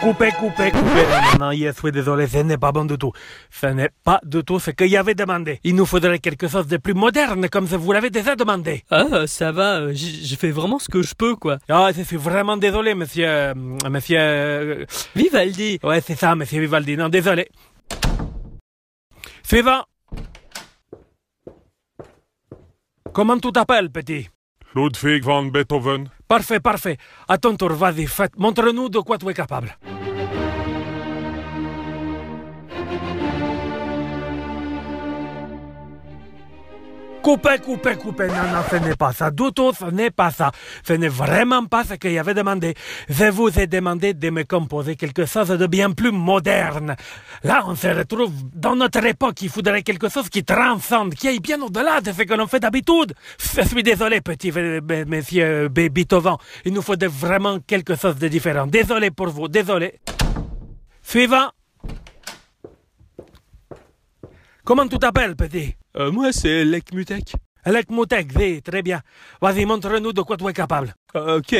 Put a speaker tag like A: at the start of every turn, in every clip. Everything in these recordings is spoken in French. A: Coupez, coupez, coupez. Non, non, non, je suis désolé, ce n'est pas bon du tout. Ce n'est pas du tout ce que j'avais demandé. Il nous faudrait quelque chose de plus moderne, comme je vous l'avez déjà demandé.
B: Ah, euh, ça va, euh, j- je fais vraiment ce que je peux, quoi.
A: Ah, je suis vraiment désolé, monsieur... euh, Monsieur... euh,
B: Vivaldi
A: Ouais, c'est ça, monsieur Vivaldi. Non, désolé. Suivant. Comment tu t'appelles, petit
C: Ludwig van Beethoven.
A: Parfait, parfait. À ton tour, vas-y, faites. Montre-nous de quoi tu es capable. Coupez, coupez, coupez. Non, non, ce n'est pas ça. Du tout, ce n'est pas ça. Ce n'est vraiment pas ce que j'avais demandé. Je vous ai demandé de me composer quelque chose de bien plus moderne. Là, on se retrouve dans notre époque. Il faudrait quelque chose qui transcende, qui aille bien au-delà de ce que l'on fait d'habitude. Je suis désolé, petit euh, euh, monsieur euh, Beethoven. Il nous faudrait vraiment quelque chose de différent. Désolé pour vous, désolé. Suivant. Comment tu t'appelles, petit
B: Euh, Moi, c'est Lekmutek.
A: Alec Moutek, oui, très bien. Vas-y, montre-nous de quoi tu es capable.
B: Euh, ok.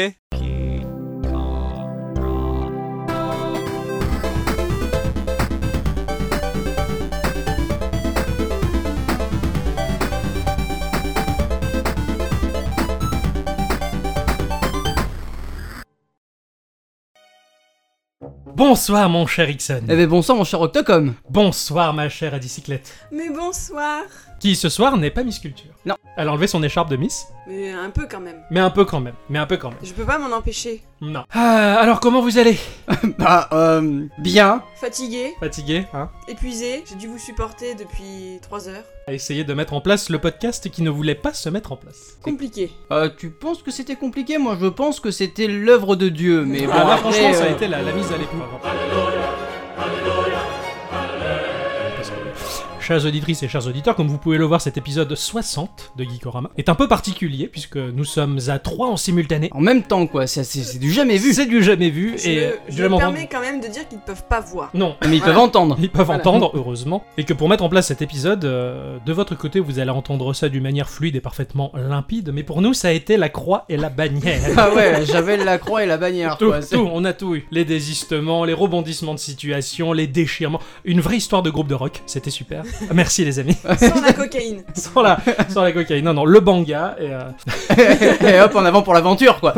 D: Bonsoir mon cher Ixon.
E: Eh ben bon sang, mon cher Octocom
D: Bonsoir ma chère à bicyclette.
F: Mais bonsoir
D: Qui ce soir n'est pas Miss Culture.
E: Non.
D: Elle a enlevé son écharpe de Miss,
F: Mais un peu quand même.
D: mais un peu quand même, mais un peu quand même.
F: Je peux pas m'en empêcher.
D: Non. Ah, alors comment vous allez
E: Bah, euh, bien.
F: Fatigué,
D: Fatigué, hein
F: épuisé, j'ai dû vous supporter depuis 3 heures.
D: Essayez de mettre en place le podcast qui ne voulait pas se mettre en place.
F: Compliqué.
E: Euh, tu penses que c'était compliqué Moi, je pense que c'était l'œuvre de Dieu, mais bon,
D: Ah là,
E: après,
D: franchement, ça a
E: euh,
D: été la, la mise à l'épreuve. Chers auditrices et chers auditeurs, comme vous pouvez le voir, cet épisode 60 de Geekorama est un peu particulier puisque nous sommes à trois en simultané.
E: En même temps, quoi, ça, c'est c'est du jamais vu.
D: C'est du jamais vu
F: Je,
D: et euh,
F: je
D: du
F: me
D: jamais
F: permets
D: entendu.
F: quand même de dire qu'ils ne peuvent pas voir.
D: Non,
E: Mais ils peuvent entendre.
D: hein. Ils peuvent
F: Voilà.
D: entendre, heureusement. Et que pour mettre en place cet épisode, euh, de votre côté, vous allez entendre ça d'une manière fluide et parfaitement limpide. Mais pour nous, ça a été la croix et la bannière.
E: Ah ouais, j'avais la croix et la bannière,
D: Tout,
E: quoi. c'est-
D: tout, on a tout eu. Les désistements, les rebondissements de situation, les déchirements. Une vraie histoire de groupe de rock, c'était super. Merci les amis.
F: Sans la cocaïne.
D: Sans la, sans la cocaïne, non, non, le banga. Et, euh,
E: et hop, en avant pour l'aventure, quoi.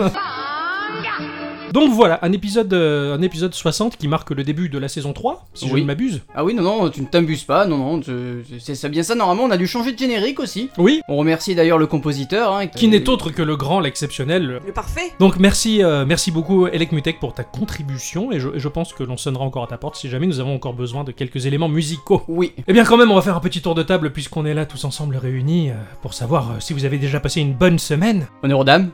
D: Donc voilà, un épisode, euh, un épisode 60 qui marque le début de la saison 3, si
E: Oui.
D: je ne m'abuse.
E: Ah oui, non, non, tu ne t'abuses pas, non, non, tu- c'est ça bien ça. Normalement, on a dû changer de générique aussi.
D: Oui,
E: On remercie d'ailleurs le compositeur, hein,
D: qui n'est autre que le grand, l'exceptionnel, le-
F: Le parfait.
D: Donc merci, euh, merci beaucoup Elec Mutek pour ta contribution et je, et je pense que l'on sonnera encore à ta porte si jamais nous avons encore besoin de quelques éléments musicaux.
E: Oui,
D: Eh bien quand même on va faire un petit tour de table puisqu'on est là tous ensemble réunis euh, pour savoir euh, si vous avez déjà passé une bonne semaine.
E: honneur aux dames.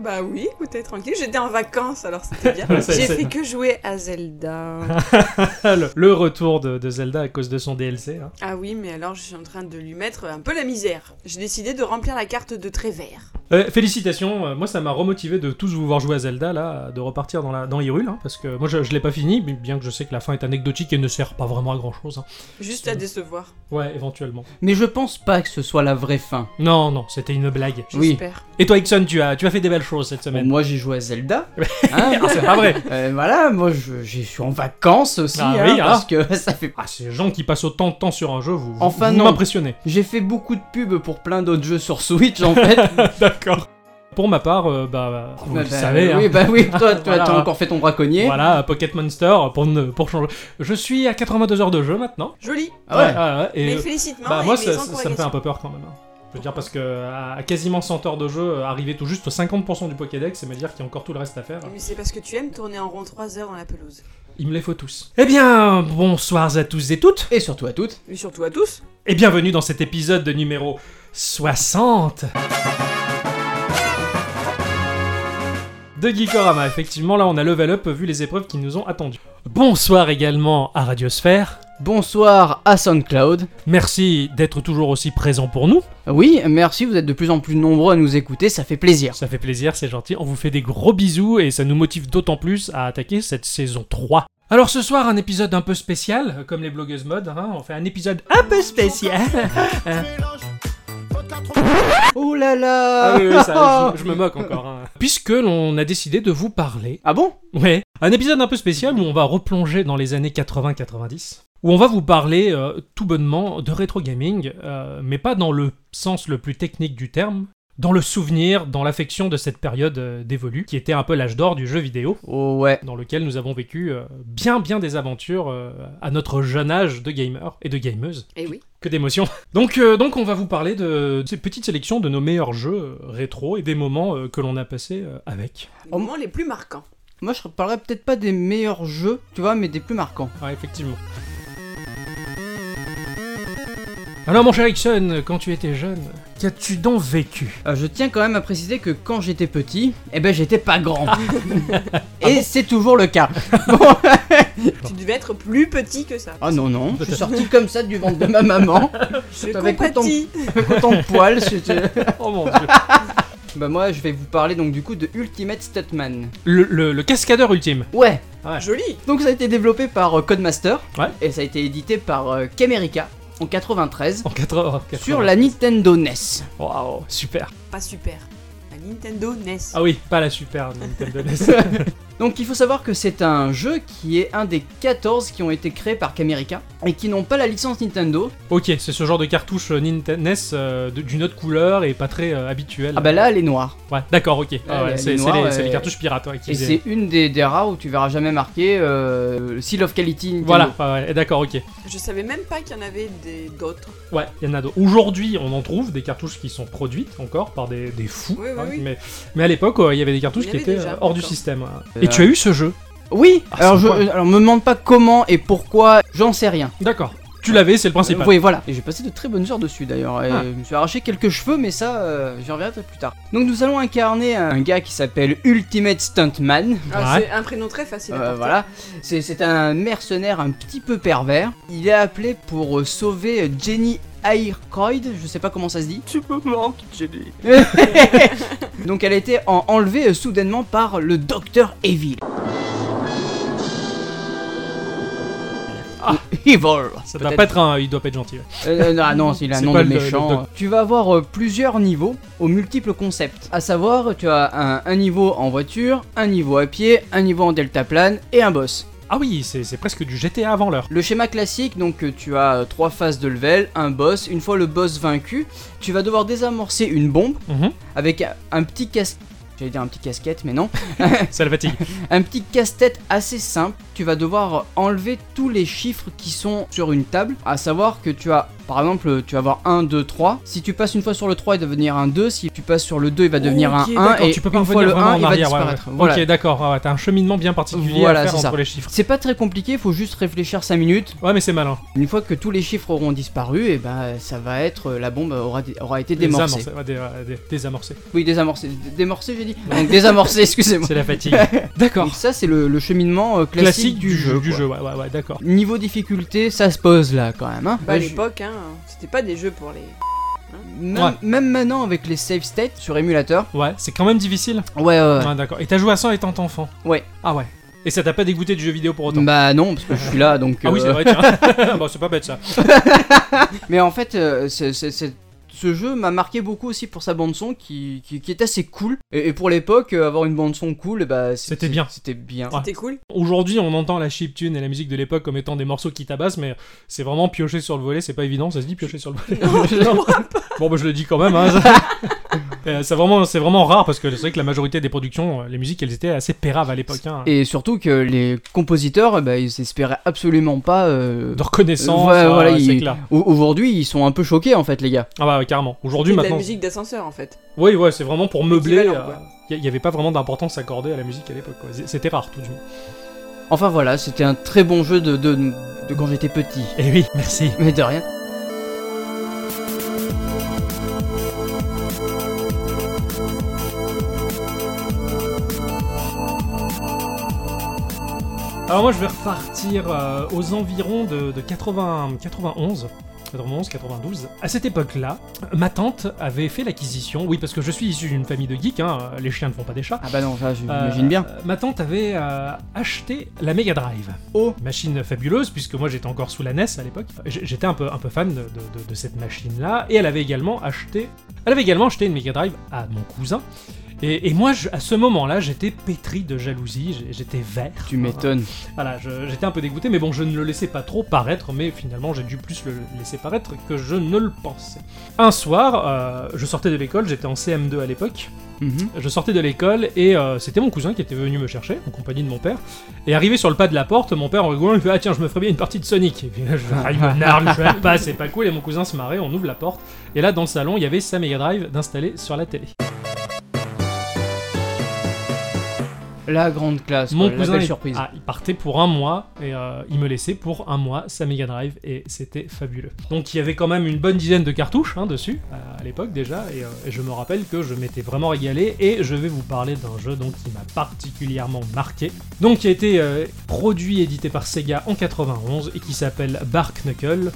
F: Bah oui, écoutez, tranquille. J'étais en vacances alors c'était bien.
D: Ça,
F: J'ai
D: c'est-
F: fait que jouer à Zelda.
D: le, le retour de, de Zelda à cause de son DLC. hein.
F: ah oui, mais alors je suis en train de lui mettre un peu la misère. J'ai décidé de remplir la carte de Trévert.
D: Euh, félicitations, euh, moi ça m'a remotivé de tous vous voir jouer à Zelda là, de repartir dans, la, dans Hyrule hein, parce que moi je, je l'ai pas fini mais bien que je sais que la fin est anecdotique et ne sert pas vraiment à grand chose.
F: Juste
D: C'est
F: à
D: bon.
F: décevoir.
D: Ouais éventuellement.
E: Mais je pense pas que ce soit la vraie fin.
D: Non non c'était une blague.
E: Oui.
F: J'espère.
D: Et toi Ixon tu as, tu as fait des belles choses cette
E: Bon,
D: semaine.
E: moi, j'ai joué à Zelda. Hein,
D: Ah, c'est pas vrai
E: Euh, voilà, moi je, je suis en vacances aussi,
D: Ah
E: hein,
D: oui, hein.
E: parce que ça fait.
D: Ah, ces gens qui passent autant de temps sur un jeu, vous, vous-
E: Enfin,
D: vous
E: non.
D: m'impressionnez.
E: J'ai fait beaucoup de pubs pour plein d'autres jeux sur Switch en fait.
D: D'accord. Pour ma part, euh, bah, vous
E: Bah,
D: le
E: bah,
D: savez, hein.
E: Oui, bah oui, toi, toi
D: Voilà.
E: t'as encore fait ton braconnier.
D: voilà, Pocket Monster, pour, ne, pour changer. Je suis à 82 heures de jeu maintenant.
F: Joli.
E: Ah ouais.
D: et,
F: Mais félicitations.
D: bah, moi,
F: et mes
D: ça, ça- ça me fait un peu peur quand même. hein. Je veux dire, parce que à à quasiment 100 heures de jeu, arriver tout juste au 50% du Pokédex et me dire qu'il y a encore tout le reste à faire,
F: Mais c'est parce que tu aimes tourner en rond 3 heures dans la pelouse.
D: il me les faut tous. Eh bien, bonsoir à tous et toutes,
E: Et surtout à toutes.
F: Mais surtout à tous.
D: et bienvenue dans cet épisode de numéro 60 de Geekorama. Effectivement, là, on a level up vu les épreuves qui nous ont attendues. Bonsoir également à Radiosphère.
E: Bonsoir à SoundCloud.
D: Merci d'être toujours aussi présent pour nous.
E: Oui, merci, vous êtes de plus en plus nombreux à nous écouter, ça fait plaisir.
D: Ça fait plaisir, c'est gentil. On vous fait des gros bisous et ça nous motive d'autant plus à attaquer cette saison 3. Alors ce soir, un épisode un peu spécial, comme les blogueuses mode. hein, on fait un épisode un peu spécial. Hein.
E: Oh là là
D: Ah oui, oui, ça, je, je me moque encore. hein. Puisque l'on a décidé de vous parler.
E: Ah bon
D: Ouais. Un épisode un peu spécial où on va replonger dans les années 80-90. Où on va vous parler euh, tout bonnement de rétro gaming, euh, mais pas dans le sens le plus technique du terme, dans le souvenir, dans l'affection de cette période euh, dévolue, qui était un peu l'âge d'or du jeu vidéo,
E: Oh ouais.
D: dans lequel nous avons vécu euh, bien bien des aventures euh, à notre jeune âge de gamer et de gameuse.
F: Eh oui.
D: Que d'émotions. Donc, euh, donc on va vous parler de ces petites sélections de nos meilleurs jeux euh, rétro et des moments euh, que l'on a passés euh, avec.
F: Les
E: Oh.
F: moments les plus marquants.
E: Moi je parlerai peut-être pas des meilleurs jeux, tu vois, mais des plus marquants.
D: Ah, effectivement. Alors mon cher Ixon, quand tu étais jeune, qu'as-tu donc vécu
E: Euh, je tiens quand même à préciser que quand j'étais petit, eh ben j'étais pas grand. Et c'est toujours le cas. Bon.
F: Tu devais être plus petit que ça.
E: Ah non non, je suis sorti comme ça du ventre de ma maman,
F: Je
E: t'avais
F: compatis.
E: autant de poils. c'était-
D: Oh mon dieu
E: Bah moi je vais vous parler donc du coup de Ultimate Statman.
D: le, le- le cascadeur ultime.
E: Ouais.
F: Joli.
E: Donc ça a été développé par euh, Codemaster.
D: Ouais.
E: Et ça a été édité par euh, Camerica en 93
D: En 80.
E: sur la Nintendo E NES.
D: Waouh, super.
F: Pas super. La Nintendo E NES.
D: Ah oui, pas la super Nintendo E NES.
E: Donc il faut savoir que c'est un jeu qui est un des 14 qui ont été créés par Camerica et qui n'ont pas la licence Nintendo.
D: ok, c'est ce genre de cartouche euh, Nintendo NES euh, de- d'une autre couleur et pas très euh, habituelle.
E: Ah bah là elle est noire.
D: Ouais, d'accord, ok. Ah
E: elle
D: ouais,
E: est
D: c'est c'est
E: noire,
D: les, c'est les
E: ouais.
D: cartouches pirates ouais, qui
E: Et
D: faisaient-
E: c'est une des, des rares où tu verras jamais marqué euh, Seal of Quality Nintendo.
D: Voilà, ouais, ouais, d'accord, ok.
F: Je savais même pas qu'il y en avait des- d'autres.
D: Ouais, il y en a d'autres. Aujourd'hui, on en trouve des cartouches qui sont produites encore par des, des fous. hein,
F: Oui, oui, oui.
D: Mais, mais à l'époque, ouais, il y avait des cartouches
F: Il y
D: qui
F: avait
D: étaient
F: déjà,
D: euh, hors du
F: d'accord.
D: système. ouais.
E: Euh,
D: Et tu as eu ce jeu
E: Oui
D: Ah,
E: alors,
D: c'est
E: je,
D: quoi
E: euh, alors me demande pas comment et pourquoi, j'en sais rien.
D: D'accord. Tu l'avais, c'est le principal.
E: Oui, voilà. Et j'ai passé de très bonnes heures dessus d'ailleurs. Et
D: Ah.
E: Je me suis arraché quelques cheveux, mais ça, euh, j'y reviendrai plus tard. Donc nous allons incarner un gars qui s'appelle Ultimate Stuntman.
F: Ah,
D: Ouais.
F: C'est un prénom très facile à
E: Euh,
F: porter.
E: voilà, c'est c'est un mercenaire un petit peu pervers. Il est appelé pour euh, sauver Jenny Aykroyd, je sais pas comment ça se dit.
B: Tu me manques, Jenny.
E: Donc elle a été en- enlevée euh, soudainement par le docteur Evil.
D: Ah.
E: Evil.
D: Ça doit
E: peut-être.
D: pas être un. Il doit pas être gentil. ouais.
E: Euh, euh, ah non, il a un
D: C'est
E: nom
D: pas
E: de
D: le- le
E: méchant.
D: doc-
E: Tu vas avoir euh, plusieurs niveaux aux multiples concepts. À savoir, tu as un, un niveau en voiture, un niveau à pied, un niveau en deltaplane et un boss.
D: Ah oui, c'est c'est presque du GTA avant l'heure.
E: Le schéma classique, donc euh, tu as euh, trois phases de level, un boss. Une fois le boss vaincu, tu vas devoir désamorcer une bombe
D: Mhm.
E: avec un, un petit casse. J'allais dire un petit casquette, mais non.
D: Ça le fatigue.
E: Un petit casse-tête assez simple. Tu vas devoir enlever tous les chiffres qui sont sur une table. À savoir que tu as, par exemple, tu vas avoir 1, 2, 3. Si tu passes une fois sur le 3, il va devenir un 2. Si tu passes sur le 2, il va devenir
D: Ok,
E: un 1.
D: d'accord,
E: Et
D: tu peux pas
E: une fois
D: revenir
E: le
D: vraiment
E: 1,
D: en
E: il va
D: arrière, ouais, ouais.
E: disparaître. Voilà.
D: Ok, d'accord. ah ouais, ouais, T'as un cheminement bien particulier
E: Voilà,
D: à faire
E: c'est
D: entre
E: ça.
D: les chiffres.
E: C'est pas très compliqué, il faut juste réfléchir 5 minutes.
D: Ouais, mais c'est malin.
E: Une fois que tous les chiffres auront disparu, et ben ça va être la bombe aura, aura été
D: Des
E: démorcée.
D: amorcés, ouais, des- ouais, des- Désamorcés.
E: Oui, désamorcée. D- Démorcée, j'ai dit. Donc désamorcée, excusez-moi.
D: C'est la fatigue. D'accord.
E: Donc ça, c'est le, le cheminement euh, classique,
D: Classique du jeu. Du
E: quoi.
D: jeu, ouais, ouais, ouais, d'accord.
E: Niveau difficulté, ça se pose là quand même. hein.
F: Bah, à
E: Je-
F: l'époque, hein, c'était pas des jeux pour les.
E: même,
D: Ouais.
E: même maintenant avec les save states sur émulateur.
D: Ouais, c'est quand même difficile.
E: Ouais, ouais, ouais.
D: Ouais, Ah, d'accord. Et t'as joué à ça étant enfant
E: Ouais.
D: Ah ouais. Et ça t'a pas dégoûté du jeu vidéo pour autant
E: Bah non, parce que je suis là donc.
D: Ah oui,
E: euh,
D: c'est vrai, tiens. bah, c'est pas bête ça.
E: Mais en fait, euh, c'est- c'est- c'est- ce jeu m'a marqué beaucoup aussi pour sa bande-son qui, qui, qui est assez cool. Et, et pour l'époque, euh, avoir une bande-son cool, bah, c'est-
D: C'était
E: c'est-
D: bien.
E: C'était bien.
D: Ouais.
F: C'était cool.
D: Aujourd'hui, on entend la chiptune et la musique de l'époque comme étant des morceaux qui tabassent, mais c'est vraiment pioché sur le volet, c'est pas évident, ça se dit pioché sur le volet.
F: Non, je
D: Non.
F: crois pas.
D: bon, bah je le dis quand même, hein, ça- Euh, c'est vraiment, c'est vraiment rare parce que c'est vrai que la majorité des productions, euh, les musiques, elles étaient assez péraves à l'époque. Hein.
E: Et surtout que les compositeurs, euh, bah, ils espéraient absolument pas. euh,
D: De reconnaissance,
E: Ouais,
D: euh,
E: voilà,
D: c'est
E: il-
D: clair.
E: au- Aujourd'hui, ils sont un peu choqués en fait, les gars.
D: Ah bah ouais, carrément. Aujourd'hui,
F: C'était de la
D: maintenant.
F: musique d'ascenseur en fait.
D: Oui, ouais, c'est vraiment pour meubler. euh,
F: Équivalent, quoi.
D: Il n'y avait pas vraiment d'importance accordée à la musique à l'époque. quoi. C'était rare, tout du moins.
E: Enfin voilà, c'était un très bon jeu de, de, de quand j'étais petit.
D: Eh oui, merci.
E: Mais de rien.
D: Alors moi je vais repartir euh, aux environs de, de 80, 91 91, 92. À cette époque-là, ma tante avait fait l'acquisition. Oui, parce que je suis issu d'une famille de geeks, hein, les chiens ne font pas des chats.
E: Ah bah non, ça
D: Euh,
E: j'imagine bien.
D: euh, Ma tante avait euh, acheté la Mega Drive.
E: Oh.
D: Machine fabuleuse, puisque moi j'étais encore sous la NES à l'époque. J- J'étais un peu, un peu fan de, de- de- de cette machine-là. Et elle avait également acheté. Elle avait également acheté une Mega Drive à mon cousin. Et, et moi, je- à ce moment-là, j'étais pétri de jalousie, j- j'étais vert.
E: Tu m'étonnes.
D: Voilà, je- j'étais un peu dégoûté, mais bon, je ne le laissais pas trop paraître, mais finalement, j'ai dû plus le laisser paraître que je ne le pensais. Un soir, euh, je sortais de l'école, j'étais en CM2 à l'époque,
E: Mhm.
D: je sortais de l'école et euh, c'était mon cousin qui était venu me chercher, en compagnie de mon père. Et arrivé sur le pas de la porte, mon père en rigolant il fait Ah tiens, je me ferais bien une partie de Sonic. Et puis là, je fais, Ah, il me nargue, je fais, Ah, pas, c'est pas cool. Et mon cousin se marrait, on ouvre la porte. Et là, dans le salon, il y avait sa Mega Drive d'installer sur la télé.
E: La grande classe.
D: Mon
E: quoi, la
D: cousin,
E: belle
D: il-
E: surprise.
D: ah, il partait pour un mois et euh, il me laissait pour un mois sa Mega Drive et c'était fabuleux. Donc il y avait quand même une bonne dizaine de cartouches hein, dessus euh, à l'époque déjà et, euh, et je me rappelle que je m'étais vraiment régalé et je vais vous parler d'un jeu donc qui m'a particulièrement marqué. Donc qui a été euh, produit et édité par Sega en 91 et qui s'appelle Bark Knuckle,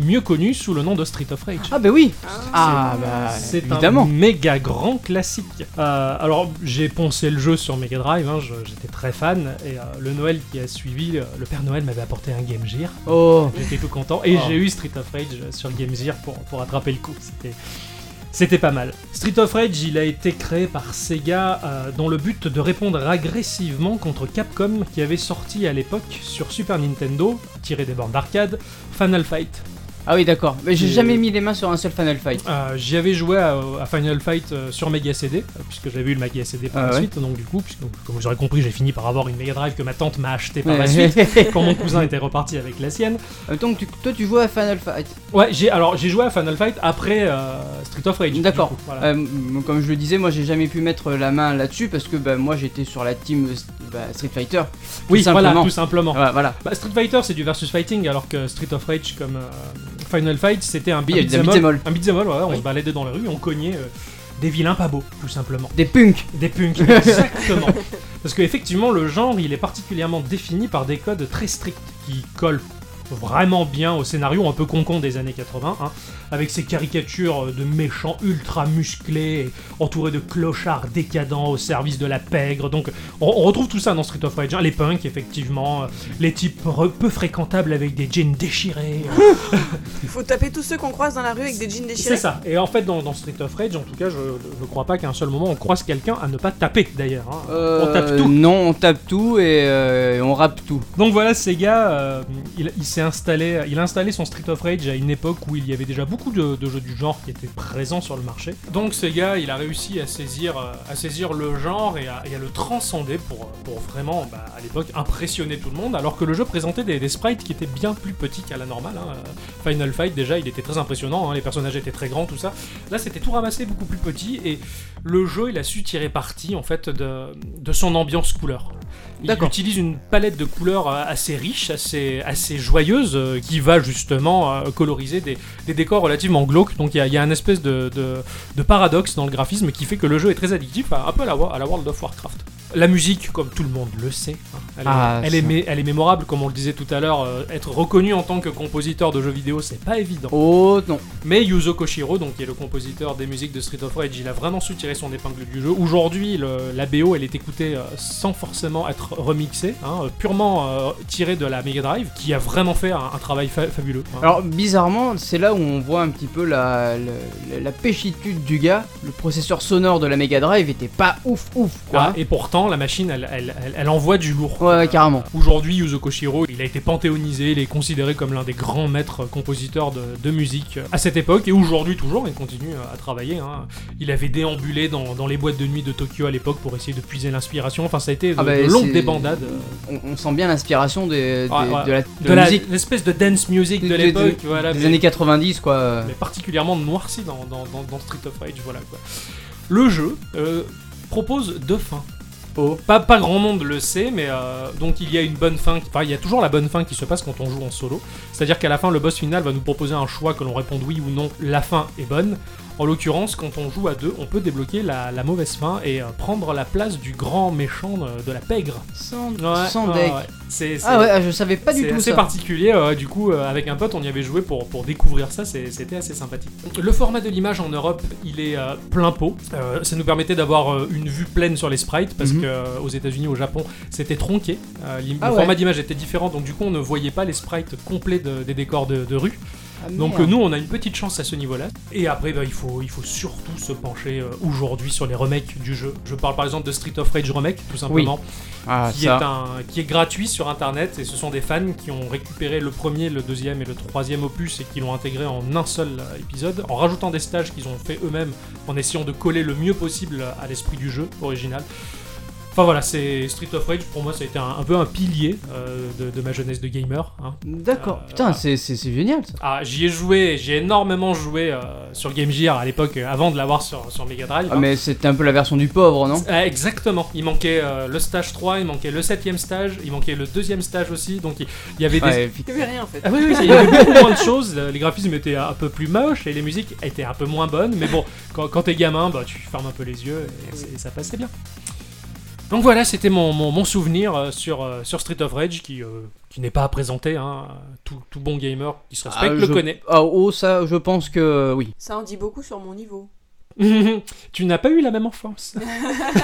D: mieux connu sous le nom de Street of Rage.
E: Ah bah oui.
F: Ah,
E: Ah bah
D: C'est un
E: évidemment.
D: méga grand classique. Euh, alors j'ai poncé le jeu sur Mega Drive, hein, je- j'étais très fan, et euh, le Noël qui a suivi, euh, le Père Noël m'avait apporté un Game Gear,
E: Oh.
D: j'étais tout content, et
E: Oh.
D: j'ai eu Street of Rage sur le Game Gear pour, pour attraper le coup. C'était- C'était pas mal. Street of Rage, il a été créé par Sega euh, dans le but de répondre agressivement contre Capcom qui avait sorti à l'époque sur Super Nintendo, tiré des bornes d'arcade, Final Fight.
E: Ah oui d'accord. Mais j'ai
D: Et-
E: jamais mis les mains sur un seul Final Fight.
D: Euh, J'y avais joué à, à Final Fight euh, sur Mega CD, euh, puisque j'avais eu le Mega CD par
E: Ah
D: la
E: ouais.
D: suite, donc du coup, puisque, comme vous aurez compris, j'ai fini par avoir une Mega Drive que ma tante m'a acheté par la suite,
E: Ouais.
D: quand mon cousin était reparti avec la sienne.
E: Euh, Donc tu- toi tu joues à Final Fight.
D: Ouais, j'ai alors j'ai joué à Final Fight après euh, Street of Rage. du
E: D'accord.
D: coup, voilà.
E: Euh, m- comme je le disais, moi j'ai jamais pu mettre la main là-dessus parce que bah, moi j'étais sur la team euh, st- bah, Street Fighter.
D: oui, voilà,
E: simplement.
D: tout simplement.
E: Ouais, voilà.
D: Bah, Street Fighter, c'est du versus fighting, alors que Street of Rage, comme euh, Final Fight, c'était un
E: Ah, Il y a
D: beat
E: des
D: em up.
E: beat'em all.
D: Un beat'em all, ouais, on
E: Oui.
D: se baladait dans la rue, on cognait euh, des vilains pas beaux, tout simplement.
E: Des punks.
D: Des punks, exactement. Parce qu'effectivement, le genre, il est particulièrement défini par des codes très stricts qui collent vraiment bien au scénario un peu concon des années 80, hein, avec ses caricatures de méchants ultra musclés, entourés de clochards décadents au service de la pègre. Donc, on, on retrouve tout ça dans Street of Rage. hein. Les punks, effectivement, euh, les types re- peu fréquentables avec des jeans déchirés. euh,
F: Faut taper tous ceux qu'on croise dans la rue avec des jeans
D: c'est
F: déchirés.
D: ça. Et en fait, dans, dans Street of Rage, en tout cas, je ne crois pas qu'à un seul moment on croise quelqu'un à ne pas taper, d'ailleurs. hein. on tape
E: Euh,
D: tout.
E: Non, on tape tout et, euh, et on rappe tout.
D: Donc voilà, Sega, euh, il, il s'est installé, il a installé son Street of Rage à une époque où il y avait déjà beaucoup de, de jeux du genre qui étaient présents sur le marché. Donc Sega, il a réussi à saisir, euh, à saisir le genre et à, et à le transcender pour, euh, pour vraiment, bah, à l'époque, impressionner tout le monde, alors que le jeu présentait des, des sprites qui étaient bien plus petits qu'à la normale. hein. Euh, Final Fight, déjà, il était très impressionnant, hein, les personnages étaient très grands, tout ça. Là, c'était tout ramassé beaucoup plus petit et le jeu, il a su tirer parti, en fait, de, de son ambiance couleur. Il
E: D'accord.
D: utilise une palette de couleurs euh, assez riche, assez, assez joyeuse, euh, qui va justement euh, coloriser des, des décors relativement glauques. Donc il y a, il y a un espèce de, de- de paradoxe dans le graphisme qui fait que le jeu est très addictif, à- un peu à la, wo- à la World of Warcraft. La musique, comme tout le monde le sait, hein, elle, est,
E: Ah,
D: elle est
E: ça.
D: mé- elle est mémorable, comme on le disait tout à l'heure. euh, être reconnu en tant que compositeur de jeux vidéo, c'est pas évident.
E: Oh non.
D: Mais Yuzo Koshiro, donc, qui est le compositeur des musiques de Street of Rage, il a vraiment su tirer son épingle du jeu. Aujourd'hui, le- la BO, elle est écoutée euh, sans forcément être remixée, hein, euh, purement euh, tirée de la Mega Drive, qui a vraiment fait un, un travail fa- fabuleux. hein.
E: Ah. Alors bizarrement, c'est là où on voit un petit peu la, la, la- la péchitude du gars. Le processeur sonore de la Mega Drive était pas ouf ouf quoi.
D: Ah, et pourtant, la machine, elle, elle- elle- elle envoie du lourd.
E: Ouais, ouais, carrément.
D: Aujourd'hui, Yuzo Koshiro, il a été panthéonisé, il est considéré comme l'un des grands maîtres compositeurs de, de musique euh, à cette époque, et aujourd'hui toujours, il continue euh, à travailler. hein. Il avait déambulé dans, dans les boîtes de nuit de Tokyo à l'époque pour essayer de puiser l'inspiration, enfin ça a été de,
E: Ah bah,
D: de longues
E: c'est-
D: débandades. euh,
E: On, on sent bien l'inspiration des, des-
D: Ouais, ouais.
E: de la, de
D: de
E: la
D: la-
E: musique
D: l'espèce de dance music de,
E: De- de-
D: l'époque, voilà,
E: des
D: mais-
E: années 90 quoi.
D: mais particulièrement noirci dans, dans- dans- dans Street of Rage, voilà quoi. Le jeu euh, propose deux fins. Oh, Pas, pas grand monde le sait, mais euh, donc il y a une bonne fin, qui- enfin il y a toujours la bonne fin qui se passe quand on joue en solo. C'est-à-dire qu'à la fin, le boss final va nous proposer un choix que l'on réponde oui ou non, la fin est bonne. En l'occurrence, quand on joue à deux, on peut débloquer la, la mauvaise fin et euh, prendre la place du grand méchant euh, de la pègre.
E: Sans,
D: Ouais,
E: sans
D: ouais,
E: deck.
D: ouais. C'est, c'est-
E: Ah ouais, je savais pas du
D: c'est
E: tout
D: assez
E: ça.
D: particulier. euh, du coup, euh, avec un pote, on y avait joué pour, pour découvrir ça. c'est- C'était assez sympathique. Le format de l'image en Europe, il est euh, plein pot. Euh, ça nous permettait d'avoir euh, une vue pleine sur les sprites parce
E: Mhm.
D: que euh, aux États-Unis, au Japon, c'était tronqué. Euh, l'im-
E: Ah
D: le
E: ouais.
D: format d'image était différent, donc du coup, on ne voyait pas les sprites complets de- des décors de- de rue.
E: Ah,
D: Donc
E: merde.
D: euh, nous, on a une petite chance à ce niveau-là. Et après, bah, il, faut, il faut surtout se pencher euh, aujourd'hui sur les remakes du jeu. Je parle par exemple de Street of Rage Remake, tout simplement,
E: Ah,
D: euh, qui, est
E: ça.
D: un, qui est gratuit sur Internet. Et ce sont des fans qui ont récupéré le premier, le deuxième et le troisième opus et qui l'ont intégré en un seul euh, épisode, en rajoutant des stages qu'ils ont fait eux-mêmes, en essayant de coller le mieux possible à l'esprit du jeu original. Enfin voilà, c'est Street of Rage, pour moi, ça a été un, un peu un pilier euh, de, de ma jeunesse de gamer. hein.
E: D'accord.
D: Euh,
E: Putain,
D: ah.
E: c'est c'est- c'est génial ça.
D: Ah, j'y ai joué, j'ai énormément joué euh, sur Game Gear à l'époque, euh, avant de l'avoir sur, sur Mega Drive.
E: Ah,
D: hein.
E: mais c'était un peu la version du pauvre, non
D: Ah, exactement, il manquait euh, le stage 3, il manquait le 7 stage, il manquait le deuxième stage aussi, donc il il y avait des.
E: Ouais,
F: Il y avait rien en fait.
D: Ah oui, oui, il y avait beaucoup moins de choses, euh, les graphismes étaient un peu plus moches et les musiques étaient un peu moins bonnes, mais bon, quand, quand t'es gamin, bah, tu fermes un peu les yeux et, c'est- ça passait bien. Donc voilà, c'était mon, mon- mon souvenir euh, sur, euh, sur Street of Rage qui, euh, qui n'est pas à présenter, hein. tout, tout bon gamer qui se respecte
E: Ah,
D: le
E: je-
D: connaît.
E: Ah, oh, ça, je pense que euh, oui.
F: Ça en dit beaucoup sur mon niveau.
D: tu n'as pas eu la même enfance.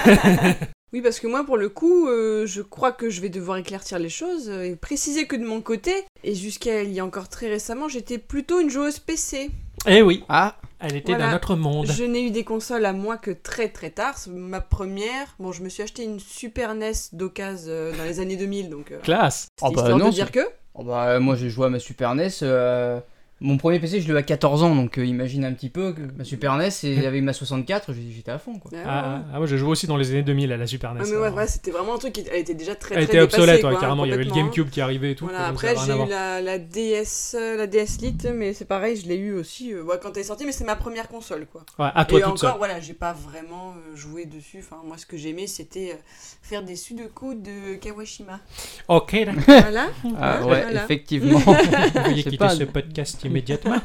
F: Oui, parce que moi, pour le coup, euh, je crois que je vais devoir éclaircir les choses euh, et préciser que de mon côté, et jusqu'à il y a encore très récemment, j'étais plutôt une joueuse PC.
D: eh oui,
E: Ah,
D: elle était
F: Voilà.
D: d'un autre monde.
F: Je n'ai eu des consoles à moi que très très tard. C'est Ma première, bon, je me suis acheté une Super NES d'occasion euh, dans les années 2000, donc euh,
D: Classe.
E: Oh, bah,
F: histoire
E: non,
F: de dire
E: c'est-
F: que.
E: oh, bah, euh, moi j'ai joué à ma Super NES. euh, Mon premier PC, je l'ai eu à 14 ans, donc euh, imagine un petit peu que ma Super NES et avec ma 64, j'ai- j'étais à fond quoi.
F: Ah,
D: Ah, ah, moi, j'ai joué aussi dans les années 2000 à la Super NES.
F: Ah, mais ouais,
D: alors.
F: ouais, c'était vraiment un truc qui elle était déjà très
D: elle
F: très
D: était obsolète,
F: dépassée,
D: ouais,
F: quoi, hein,
D: carrément. Il y avait le
F: complètement. hein.
D: GameCube qui arrivait et tout.
F: Voilà,
D: donc ça
F: après
D: avait rien
F: j'ai
D: à
F: eu
D: voir.
F: la, la DS, euh, la DS Lite, mais c'est pareil, je l'ai eu aussi euh, ouais, quand elle est sortie, mais c'est ma première console quoi.
D: Ouais, à toi
F: et
D: toute
F: encore,
D: seule.
F: voilà, j'ai pas vraiment euh, joué dessus. Enfin, moi, ce que j'aimais, c'était euh, faire des sudoku de Kawashima.
D: Ok, d'accord.
F: voilà.
E: Ah,
F: Voilà,
E: ouais,
F: voilà.
E: effectivement.
D: Vous
E: Je
D: veuillez
E: sais
D: quitter
E: pas,
D: ce podcast immédiatement.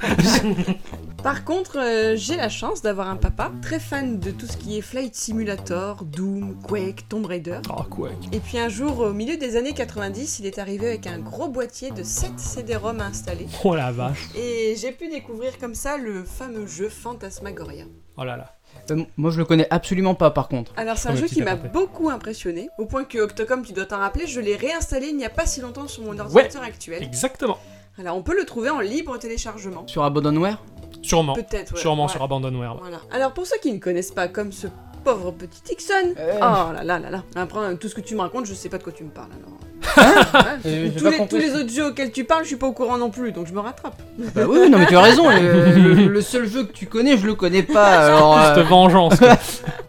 F: Par contre, euh, j'ai la chance d'avoir un papa très fan de tout ce qui est Flight Simulator, Doom, Quake, Tomb Raider.
D: oh, quoi.
F: Et puis un jour, au milieu des années 90, il est arrivé avec un gros boîtier de 7 CD-ROM installés.
D: Oh la vache.
F: Et j'ai pu découvrir comme ça le fameux jeu Phantasmagoria.
D: Oh là là.
E: Euh, moi je le connais absolument pas par contre.
F: Alors c'est
D: Oh,
F: un
D: le
F: jeu
D: petit
F: qui m'a
D: aparté.
F: beaucoup impressionné, au point que Octocom, tu dois t'en rappeler, je l'ai réinstallé il n'y a pas si longtemps sur mon ordinateur actuel.
D: Exactement.
F: Alors on peut le trouver en libre téléchargement.
E: Sur Abandonware
D: Sûrement.
F: Peut-être, ouais.
D: Sûrement
F: Ouais.
D: sur Abandonware. ouais.
F: Voilà. Alors pour ceux qui ne connaissent pas, comme ce pauvre petit Dixon.
E: Euh.
F: Oh là là là là. Après, tout ce que tu me racontes, je sais pas de quoi tu me parles. alors.
E: Euh, Hein j'ai
F: tous,
E: pas
F: les,
E: compris.
F: tous les autres jeux auxquels tu parles, je suis pas au courant non plus, donc je me rattrape.
E: Bah oui, oui, non mais tu as raison. euh, le, le seul jeu que tu connais, je le connais pas. Alors euh,
D: Juste vengeance. quoi.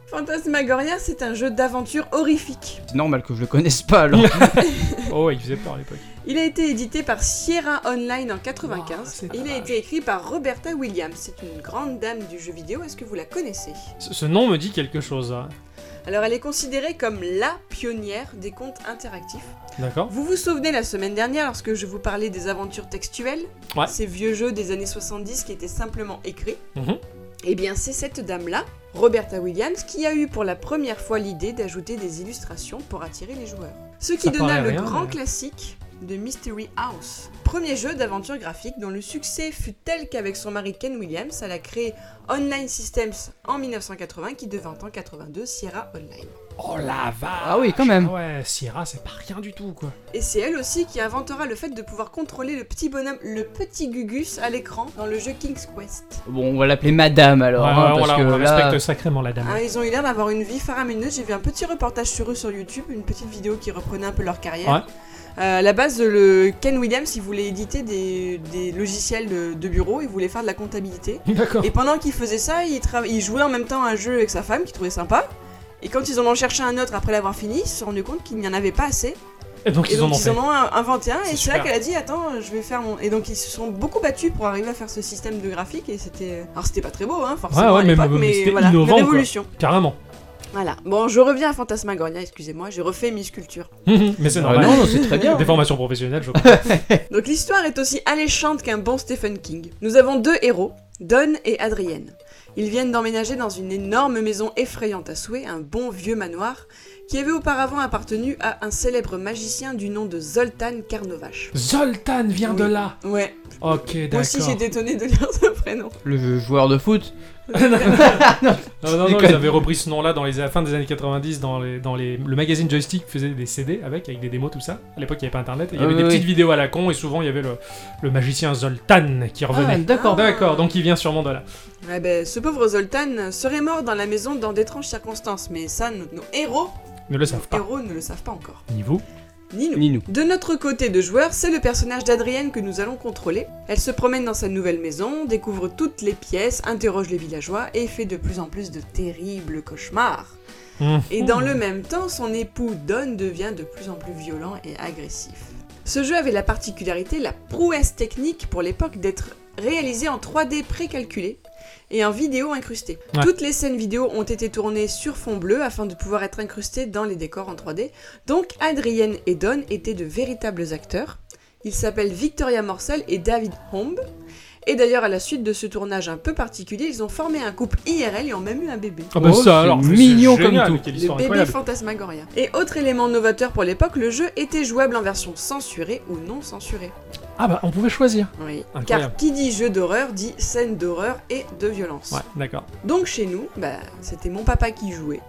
F: Phantasmagoria, c'est un jeu d'aventure horrifique.
E: c'est normal que je le connaisse pas. Alors.
D: oh, ouais, il faisait peur à l'époque.
F: Il a été édité par Sierra Online en 95.
E: Oh,
D: Wow, c'est
F: Il a
D: dommage.
F: été écrit par Roberta Williams. C'est une grande dame du jeu vidéo. Est-ce que vous la connaissez
D: Ce, ce nom me dit quelque chose. hein.
F: Alors, elle est considérée comme la pionnière des contes interactifs.
D: D'accord.
F: Vous vous souvenez la semaine dernière lorsque je vous parlais des aventures textuelles
D: Ouais.
F: Ces vieux jeux des années 70 qui étaient simplement écrits
D: Mhm.
F: Eh bien, c'est cette dame-là, Roberta Williams, qui a eu pour la première fois l'idée d'ajouter des illustrations pour attirer les joueurs. Ce qui
D: Ça
F: donna
D: paraît
F: le
D: rien,
F: grand
D: mais-
F: classique de Mystery House, premier jeu d'aventure graphique dont le succès fut tel qu'avec son mari Ken Williams, elle a créé Online Systems en 1980 qui devint en 82 Sierra Online.
D: Oh la vache.
E: Ah oui, quand même.
D: Ouais, Sierra, c'est pas rien du tout, quoi.
F: Et c'est elle aussi qui inventera le fait de pouvoir contrôler le petit bonhomme, le petit Gugus, à l'écran dans le jeu King's Quest.
E: Bon, on va l'appeler Madame alors.
D: Ouais,
E: hein,
D: ouais, on
E: parce
D: la-
E: que
D: on la
E: là,
D: respecte sacrément, la dame.
F: Ah, ils ont eu l'air d'avoir une vie faramineuse. J'ai vu un petit reportage sur eux sur YouTube, une petite vidéo qui reprenait un peu leur carrière. Euh, à la base, le Ken Williams, il voulait éditer des, des logiciels de, de bureau, il voulait faire de la comptabilité.
D: D'accord.
F: Et pendant qu'il faisait ça, il, trava- il jouait en même temps à un jeu avec sa femme, qui trouvait sympa. Et quand ils en ont cherché un autre après l'avoir fini, ils se sont rendus compte qu'il n'y en avait pas assez.
D: Et donc
F: Et
D: ils en
F: donc
D: ont
F: ils
D: fait.
F: en ont un- inventé un,
D: C'est
F: et c'est là
D: super.
F: qu'elle a dit attends je vais faire mon et donc ils se sont beaucoup battus pour arriver à faire ce système de graphique et c'était alors c'était pas très beau hein forcément
D: Ouais, ouais,
F: à
D: mais-
F: l'époque,
D: mais- mais
F: mais,
D: c'était
F: voilà
D: innovant,
F: une révolution.
D: Carrément.
F: Voilà bon je reviens à Fantasmagoria excusez-moi j'ai refait mes sculptures.
D: Mais c'est
E: Ah,
D: normal.
E: non, non, c'est très bien.
D: Des formations professionnelles, je crois.
F: Donc l'histoire est aussi alléchante qu'un bon Stephen King. Nous avons deux héros Don et Adrienne. Ils viennent d'emménager dans une énorme maison effrayante à souhait, un bon vieux manoir, qui avait auparavant appartenu à un célèbre magicien du nom de Zoltan Karnovach.
D: Zoltan vient de
F: Oui.
D: là
F: Ouais,
D: Ok,
F: moi aussi
D: d'accord.
F: j'étais étonnée de lire ce prénom.
E: Le joueur de foot.
D: Non, non, non,
E: Déconne.
D: ils avaient repris ce nom-là dans les à la fin des années 90, dans, les, dans les, le magazine Joystick faisait des CD avec, avec des démos, tout ça. À l'époque, il n'y avait pas Internet. et Il y
E: Ah
D: avait
E: oui,
D: des
E: oui.
D: petites vidéos à la con, et souvent, il y avait le, le magicien Zoltan qui
E: Ah,
D: revenait.
E: d'accord.
D: D'accord, donc il vient sûrement de là.
F: Ouais, ben, ce pauvre Zoltan serait mort dans la maison dans d'étranges circonstances, mais ça, nos, nos héros,
D: Ils ne le savent
F: nos
D: pas.
F: héros ne le savent pas encore.
D: Ni vous.
E: Oh,
F: Ni nous.
E: Ni nous.
F: De notre côté de joueur, c'est le personnage d'Adrienne que nous allons contrôler. Elle se promène dans sa nouvelle maison, découvre toutes les pièces, interroge les villageois et fait de plus en plus de terribles cauchemars.
D: Mhm.
F: Et dans le même temps, son époux Don devient de plus en plus violent et agressif. Ce jeu avait la particularité, la prouesse technique pour l'époque d'être réalisé en 3D précalculé et en vidéo incrustée.
D: Ouais.
F: Toutes les scènes vidéo ont été tournées sur fond bleu afin de pouvoir être incrustées dans les décors en 3D. Donc Adrienne et Don étaient de véritables acteurs. Ils s'appellent Victoria Morcel et David Hombe. Et d'ailleurs, à la suite de ce tournage un peu particulier, ils ont formé un couple IRL et ont même eu un bébé.
D: Ah bah
E: Oh,
D: ça,
E: c'est
D: alors,
E: mignon
D: c'est
E: comme
D: génial,
E: tout.
D: quelle
F: Le
D: histoire
F: bébé
D: incroyable.
F: Fantasmagoria. Et autre élément novateur pour l'époque, le jeu était jouable en version censurée ou non censurée.
D: Ah bah, on pouvait choisir.
F: Oui.
D: Incroyable.
F: Car qui dit jeu d'horreur dit scène d'horreur et de violence.
D: Ouais, d'accord.
F: Donc chez nous, bah, c'était mon papa qui jouait.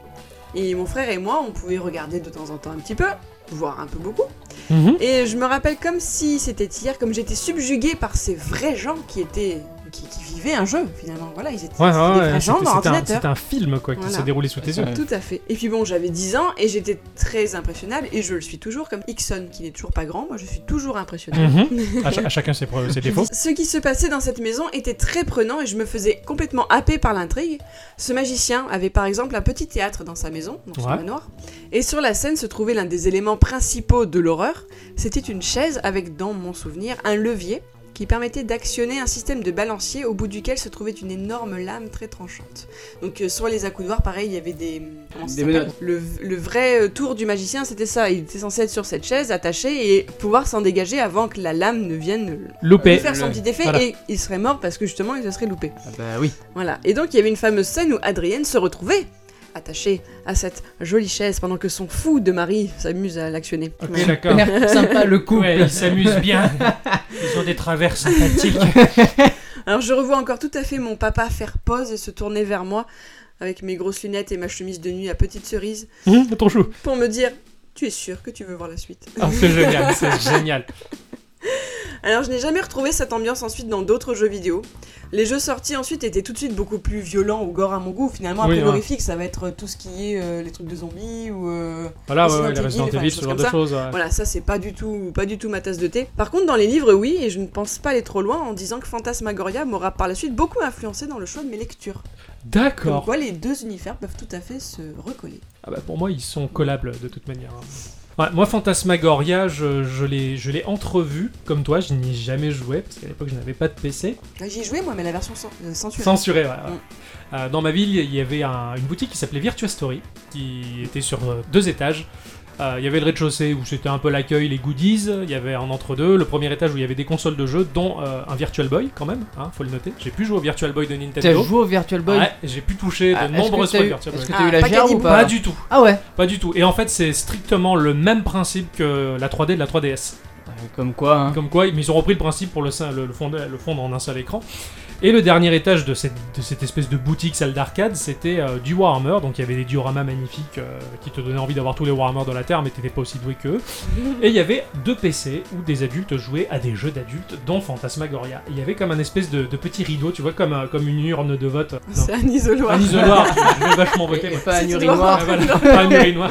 F: Et mon frère et moi, on pouvait regarder de temps en temps un petit peu, voire un peu beaucoup.
D: Mhm.
F: Et je me rappelle comme si c'était hier, comme j'étais subjuguée par ces vrais gens qui étaient. qui, qui vivaient un jeu finalement. Voilà, ils étaient
D: Ouais, ouais,
F: c'était des
D: ouais,
F: vrais gens
D: c'était-
F: dans
D: c'était un-
F: l'ordinateur.
D: C'était un film, quoi, qui
F: Voilà.
D: s'est déroulé sous tes yeux.
E: Ouais.
F: Tout à fait. Et puis bon, j'avais 10 ans et j'étais très impressionnable et je le suis toujours comme Ixon qui n'est toujours pas grand. Moi, je suis toujours impressionnable.
D: Mhm. à, cha- à chacun ses, pro- ses défauts.
F: Ce qui se passait dans cette maison était très prenant et je me faisais complètement happer par l'intrigue. Ce magicien avait par exemple un petit théâtre dans sa maison, dans son
D: Ouais.
F: manoir, et sur la scène se trouvait l'un des éléments principaux de l'horreur. C'était une chaise avec, dans mon souvenir, un levier qui permettait d'actionner un système de balancier au bout duquel se trouvait une énorme lame très tranchante. Donc euh, sur les accoudoirs, pareil, il y avait des... comment ça
E: Des
F: s'appelle
E: menottes.
F: le, le vrai euh, tour du magicien, c'était ça. Il était censé être sur cette chaise, attaché, et pouvoir s'en dégager avant que la lame ne vienne lui
D: Loupé.
F: faire son
E: le-
F: petit effet
D: voilà.
F: et il serait mort parce que justement il se serait loupé.
E: Ah bah oui.
F: Voilà. Et donc il y avait une fameuse scène où Adrienne se retrouvait attachée à cette jolie chaise pendant que son fou de mari s'amuse à l'actionner.
D: Ok,
F: Voilà.
D: d'accord.
E: Sympa le couple.
D: Ouais, ils s'amusent bien. Ils ont des travers sympathiques.
F: Alors je revois encore tout à fait mon papa faire pause et se tourner vers moi avec mes grosses lunettes et ma chemise de nuit à petites cerises
D: Hum, ton chou.
F: pour me dire tu es sûr que tu veux voir la suite.
D: Ah, c'est génial, c'est génial.
F: Alors je n'ai jamais retrouvé cette ambiance ensuite dans d'autres jeux vidéo. Les jeux sortis ensuite étaient tout de suite beaucoup plus violents ou gore à mon goût. Finalement,
D: Oui,
F: après
D: ouais.
F: l'horrifique, ça va être euh, tout ce qui est euh, les trucs de zombies ou euh,
D: Voilà, ouais,
F: Resident
D: ouais, les Resident
F: Evil, enfin,
D: Evil,
F: des
D: ce
F: choses
D: genre
F: comme
D: de
F: ça.
D: choses. ouais.
F: Voilà, ça c'est pas du tout pas du tout ma tasse de thé. Par contre, dans les livres, oui, et je ne pense pas aller trop loin en disant que Fantasmagoria m'aura par la suite beaucoup influencé dans le choix de mes lectures. Comme
D: D'accord.
F: quoi, les deux univers peuvent tout à fait se recoller.
D: Ah bah, pour moi, ils sont collables de toute manière. hein. Ouais, moi, Fantasmagoria, je, je l'ai je l'ai entrevu, comme toi, je n'y ai jamais joué, parce qu'à l'époque, je n'avais pas de PC.
F: Là, J'y ai joué moi, mais la version cen- euh, censurée.
D: Censuré, ouais. ouais.
F: Mm.
D: Euh, dans ma ville, il y avait un- une boutique qui s'appelait Virtua Story, qui était sur euh, deux étages. Euh, il y avait le rez-de-chaussée où c'était un peu l'accueil, les goodies. Il y avait un entre-deux, le premier étage où il y avait des consoles de jeux, dont euh, un Virtual Boy quand même. Hein, faut le noter. J'ai pu jouer au Virtual Boy de
E: T'as
D: Nintendo.
E: joué au Virtual Boy
D: Ouais, j'ai pu toucher
E: Ah,
D: de
E: Est-ce
D: nombreuses fois
E: que t'as
D: le
E: eu,
D: Virtual Boy.
E: est-ce que t'as eu
F: Ah,
E: la
F: pas
E: gerbe ou
F: Cannibal.
E: pas
D: Pas du tout,
E: Ah ouais.
D: pas du tout. Et en fait, c'est strictement le même principe que la 3D de la 3DS.
E: Comme quoi. Hein.
D: Euh, Comme quoi, mais ils ont repris le principe pour le, sein- le, le fondre, le fondre en un seul écran. Et le dernier étage de cette, de cette espèce de boutique salle d'arcade, c'était euh, du Warhammer. Donc il y avait des dioramas magnifiques euh, qui te donnaient envie d'avoir tous les Warhammer de la Terre, mais t'étais pas aussi doué qu'eux. Et il y avait deux PC où des adultes jouaient à des jeux d'adultes, dont Fantasmagoria. Et Il y avait comme un espèce de, de petit rideau, tu vois, comme, un- comme une urne de vote. Non,
F: C'est un isoloir.
D: un isoloir, je vais vachement
E: Et-
D: voter.
E: et
D: moi.
E: pas un
F: Si tu
E: urinoir.
D: Ouais, voilà, pas une urinoir.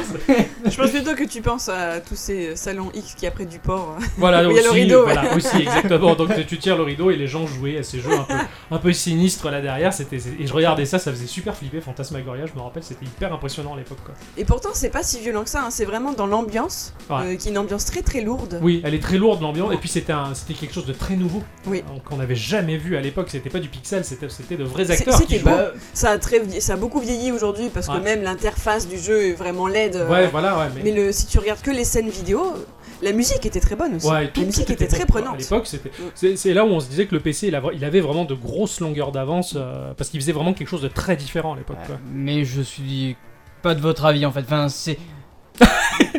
F: Je pense plutôt que tu penses à tous ces salons X qui après hein. du port.
D: Voilà,
F: Il y
D: aussi,
F: a le rideau,
D: voilà, aussi, exactement. Donc tu tires le rideau et les gens jouaient à ces jeux un peu, un peu sinistres là derrière. C'était, c'est- et je regardais ça, ça faisait super flipper. Fantasmagoria, je me rappelle, c'était hyper impressionnant à l'époque. Quoi.
F: Et pourtant, c'est pas si violent que ça. hein. C'est vraiment dans l'ambiance,
D: Ouais.
F: euh, qui est une ambiance très très lourde.
D: Oui, elle est très lourde l'ambiance. Et puis c'était, un, c'était quelque chose de très nouveau
F: Oui.
D: hein, qu'on n'avait jamais vu à l'époque. C'était pas du pixel, c'était, c'était de vrais
F: C'est-
D: acteurs.
F: c'était
D: qui jouaient.
F: beau. Ça a, très, vie- ça a beaucoup vieilli aujourd'hui parce
D: Ouais.
F: que même l'interface du jeu est vraiment laide. euh,
D: Ouais, voilà, ouais. Mais...
F: Mais le, si tu regardes que les scènes vidéo, La musique était très bonne aussi.
D: Ouais, tout-
F: la
D: tout
F: musique était, très
D: propre. À
F: prenante.
D: l'époque, c'était. C'est c'est là où on se disait que le PC, il a- il avait vraiment de grosses longueurs d'avance euh, parce qu'il faisait vraiment quelque chose de très différent à l'époque. quoi.
E: Mais je suis pas de votre avis en fait. Enfin, c'est.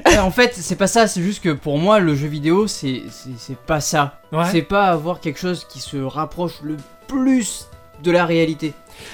E: Ouais, en fait, c'est pas ça, c'est juste que pour moi, le jeu vidéo, c'est c'est- c'est pas ça.
D: Ouais.
E: C'est pas avoir quelque chose qui se rapproche le plus de la réalité.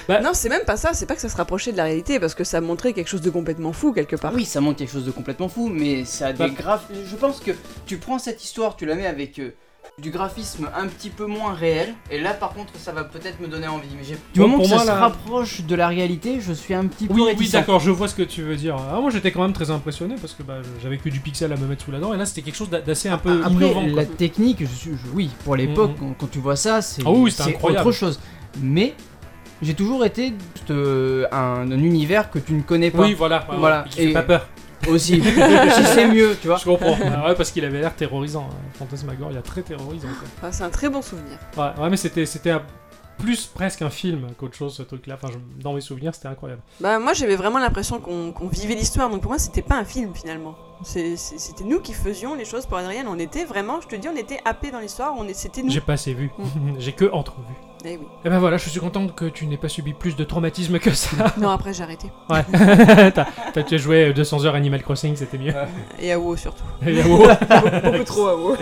F: Non, c'est même pas ça, c'est pas que ça se rapprochait de la réalité, parce que ça montrait quelque chose de complètement fou quelque part.
E: Ah, oui, ça montre quelque chose de complètement fou, mais ça a des
D: Ouais.
E: graphes. Je pense que tu prends cette histoire, tu la mets avec euh, du graphisme un petit peu moins réel, et là, par contre, ça va peut-être me donner envie. Mais j'ai- du
D: Bon,
E: moment
D: pour
E: que
D: moi,
E: ça
D: là-
E: se rapproche de la réalité, je suis un petit peu
D: Oui, oui,
E: réticent.
D: d'accord, je vois ce que tu veux dire. Ah, moi, j'étais quand même très impressionné parce que bah, j'avais que du pixel à me mettre sous la dent et là, c'était quelque chose d'a- d'assez un peu
E: Ah, Bah, Après,
D: innovant. quoi.
E: la technique, je suis, je- oui, pour l'époque,
D: Mhm.
E: quand, quand tu vois ça, c'est
D: Ah oui, c'est
E: c'est
D: incroyable.
E: autre chose. Mais j'ai toujours été juste, euh, un, un univers que tu ne connais pas
D: Oui, voilà. ouais,
E: Voilà,
D: ouais, Il
E: et-
D: fait pas peur.
E: aussi. si c'est mieux, tu vois.
D: Je comprends. Ah ouais, parce qu'il avait l'air terrorisant. hein. Fantasmagoria, il a très terrorisant. quoi.
F: Enfin, c'est un très bon souvenir.
D: Ouais, ouais, mais c'était c'était un- plus presque un film qu'autre chose ce truc-là. Enfin, je- dans mes souvenirs, c'était incroyable.
F: Bah, moi j'avais vraiment l'impression qu'on qu'on vivait l'histoire, donc pour moi c'était pas un film finalement. C'est- c'est- C'était nous qui faisions les choses pour Adrien, on était vraiment, je te dis, on était happés dans l'histoire, on est- c'était nous.
D: J'ai pas assez vu.
E: Mm.
D: J'ai que entrevu.
F: Eh oui.
D: Et ben voilà, je suis content que tu n'aies pas subi plus de traumatisme que ça.
F: Non, après j'ai arrêté.
D: Ouais. t'as, t'as- tu as joué 200 heures Animal Crossing, c'était mieux.
F: Et à WoW surtout.
D: Et wow.
F: Beaucoup trop à WoW.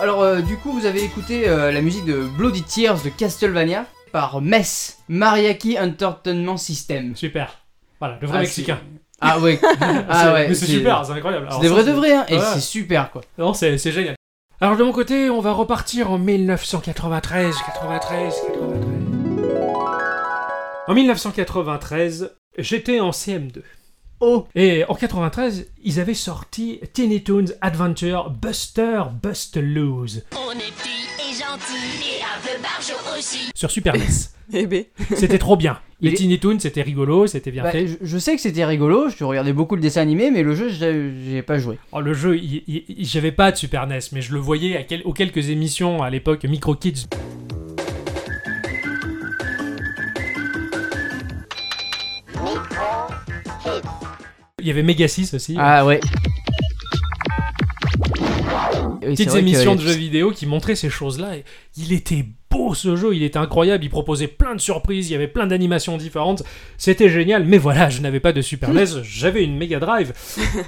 E: Alors, euh, du coup, vous avez écouté euh, la musique de Bloody Tears de Castlevania par Mess, Mariachi Entertainment System.
D: Super. Voilà, le vrai
E: Ah,
D: Mexicain.
E: Ah ouais, ah
D: C'est-
E: ouais.
D: Mais c'est super, c'est incroyable. Alors
E: C'est des
D: ça,
E: vrais de vrais, hein, et
D: Ouais.
E: c'est super quoi.
D: Non, c'est c'est génial. Alors de mon côté, on va repartir en 1993, 93, 93. En 1993, j'étais en CM2.
E: Oh,
D: Et en 93, ils avaient sorti Tiny Toons Adventure Buster Bust Lose
G: On est petit et gentil et un peu barjot aussi.
D: sur Super NES.
F: Eh ben.
D: C'était trop bien.
E: Il
D: Les
E: est-
D: Tiny Toons, c'était rigolo, c'était bien
E: Bah,
D: fait.
E: je, je sais que c'était rigolo, je regardais beaucoup le dessin animé, mais le jeu, j'ai j'ai pas joué.
D: Oh, le jeu, il- il- il- j'avais pas de Super NES, mais je le voyais à quel- aux quelques émissions à l'époque, Micro Kids. Il y avait Mega 6 aussi.
E: Ah ouais. Oui, c'est
D: petites
E: vrai que-
D: émissions de jeux vidéo qui montraient ces choses-là. Et Il était beau ce jeu, il était incroyable, il proposait plein de surprises, il y avait plein d'animations différentes. C'était génial, mais voilà, je n'avais pas de Super NES, j'avais une Mega Drive.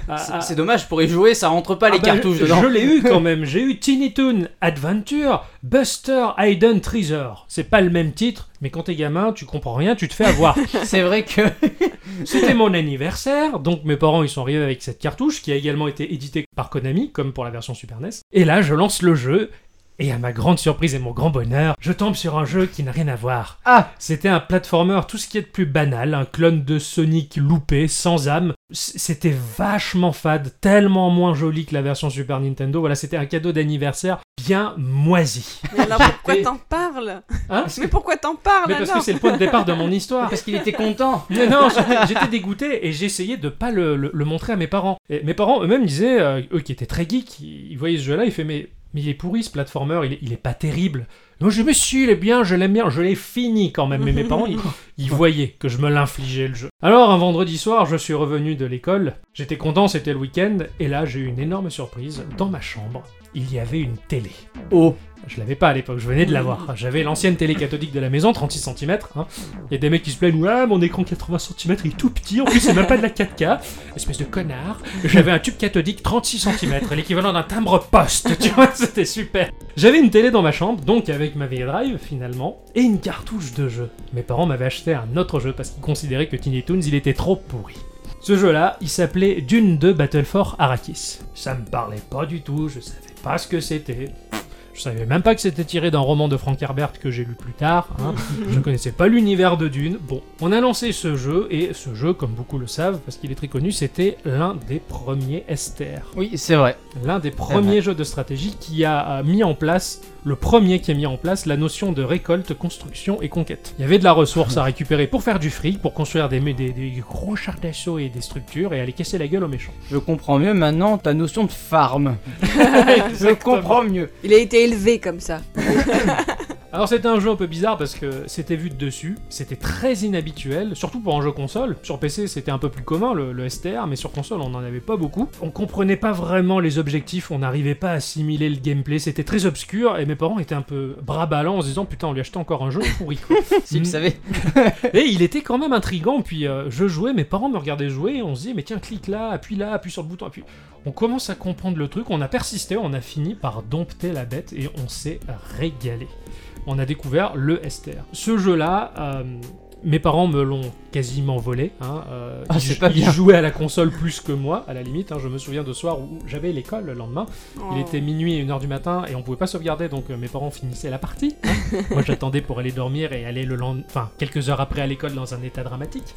D: Ah, ah,
E: C'est- C'est dommage pour y jouer, ça rentre pas
D: ah
E: les
D: bah,
E: cartouches
D: je,
E: dedans.
D: je l'ai eu quand même, j'ai eu Tiny Toon Adventure Buster Hidden Treasure. C'est pas le même titre, mais quand t'es gamin, tu comprends rien, tu te fais avoir.
E: C'est vrai que
D: C'était mon anniversaire, donc mes parents ils sont arrivés avec cette cartouche qui a également été éditée par Konami, comme pour la version Super NES. Et là, je lance le jeu. Et à ma grande surprise et mon grand bonheur, je tombe sur un jeu qui n'a rien à voir.
E: Ah
D: C'était un platformer, tout ce qui est de plus banal, un clone de Sonic loupé, sans âme, C- C'était vachement fade, tellement moins joli que la version Super Nintendo. Voilà, c'était un cadeau d'anniversaire bien moisi.
F: Mais alors pourquoi
D: J'étais-
F: t'en parles
D: Hein Parce que-
F: Mais pourquoi t'en parles
D: mais parce que
F: alors
D: c'est le point de départ de mon histoire.
E: Parce qu'il était content.
D: Mais non, j'étais- j'étais dégoûté et j'essayais de pas le, le- le montrer à mes parents. Et mes parents eux-mêmes disaient, euh, eux qui étaient très geeks, ils, ils voyaient ce jeu-là, ils faisaient mais, mais il est pourri ce platformer, il est, il est pas terrible. Moi je me suis, il est bien, je l'aime bien, je l'ai fini quand même. Mais mes parents, ils, ils voyaient que je me l'infligeais le jeu. Alors un vendredi soir, je suis revenu de l'école, j'étais content, c'était le week-end, et là j'ai eu une énorme surprise. Dans ma chambre, il y avait une télé.
E: Oh.
D: Je l'avais pas à l'époque, je venais de l'avoir. J'avais l'ancienne télé cathodique de la maison, hein. 36 cm. Il y a des mecs qui se plaignent, ouais, mon écran 80 cm il est tout petit, en plus c'est même pas de la 4K. Espèce de connard. J'avais un tube cathodique 36 cm, l'équivalent d'un timbre poste, tu vois, c'était super. J'avais une télé dans ma chambre, donc avec ma Mega Drive finalement, et une cartouche de jeu. Mes parents m'avaient acheté un autre jeu parce qu'ils considéraient que Tiny Toons il était trop pourri. Ce jeu-là, il s'appelait Dune 2 Battle for Arrakis. Ça me parlait pas du tout, je savais pas ce que c'était. Je savais même pas que c'était tiré d'un roman de Frank Herbert que j'ai lu plus tard. hein. Je connaissais pas l'univers de Dune. Bon, on a lancé ce jeu, et ce jeu, comme beaucoup le savent, parce qu'il est très connu, c'était l'un des premiers STR.
E: Oui, c'est vrai.
D: L'un des premiers jeux de stratégie qui a euh, mis en place, le premier qui a mis en place la notion de récolte, construction et conquête. Il y avait de la ressource à récupérer pour faire du fric, pour construire des, des- des gros chars d'assaut et des structures et aller casser la gueule aux méchants.
E: Je comprends mieux maintenant ta notion de farm. Je comprends mieux.
F: Il a été élevé comme ça.
D: Alors c'était un jeu un peu bizarre parce que c'était vu de dessus, c'était très inhabituel, surtout pour un jeu console. Sur PC c'était un peu plus commun le, le STR, mais sur console on n'en avait pas beaucoup. On comprenait pas vraiment les objectifs, on n'arrivait pas à assimiler le gameplay, c'était très obscur et mes parents étaient un peu bras ballants en se disant putain on lui achetait encore un jeu pourri. quoi.
E: Si vous savez.
D: Et il était quand même intrigant. Puis euh, je jouais, mes parents me regardaient jouer et on se disait mais tiens clique là, appuie là, appuie sur le bouton, appuie. On commence à comprendre le truc, on a persisté, on a fini par dompter la bête et on s'est régalé. On a découvert le STR. Ce jeu-là. euh, mes parents me l'ont quasiment volé. hein, euh,
E: Ah,
D: ils-
E: c'est pas
D: ils
E: bien.
D: jouaient à la console plus que moi, à la limite. hein, je me souviens de soir où j'avais l'école le lendemain.
F: Oh.
D: Il était minuit et 1h du matin et on pouvait pas sauvegarder donc euh, mes parents finissaient la partie. hein. Moi j'attendais pour aller dormir et aller le lendemain, enfin quelques heures après à l'école dans un état dramatique.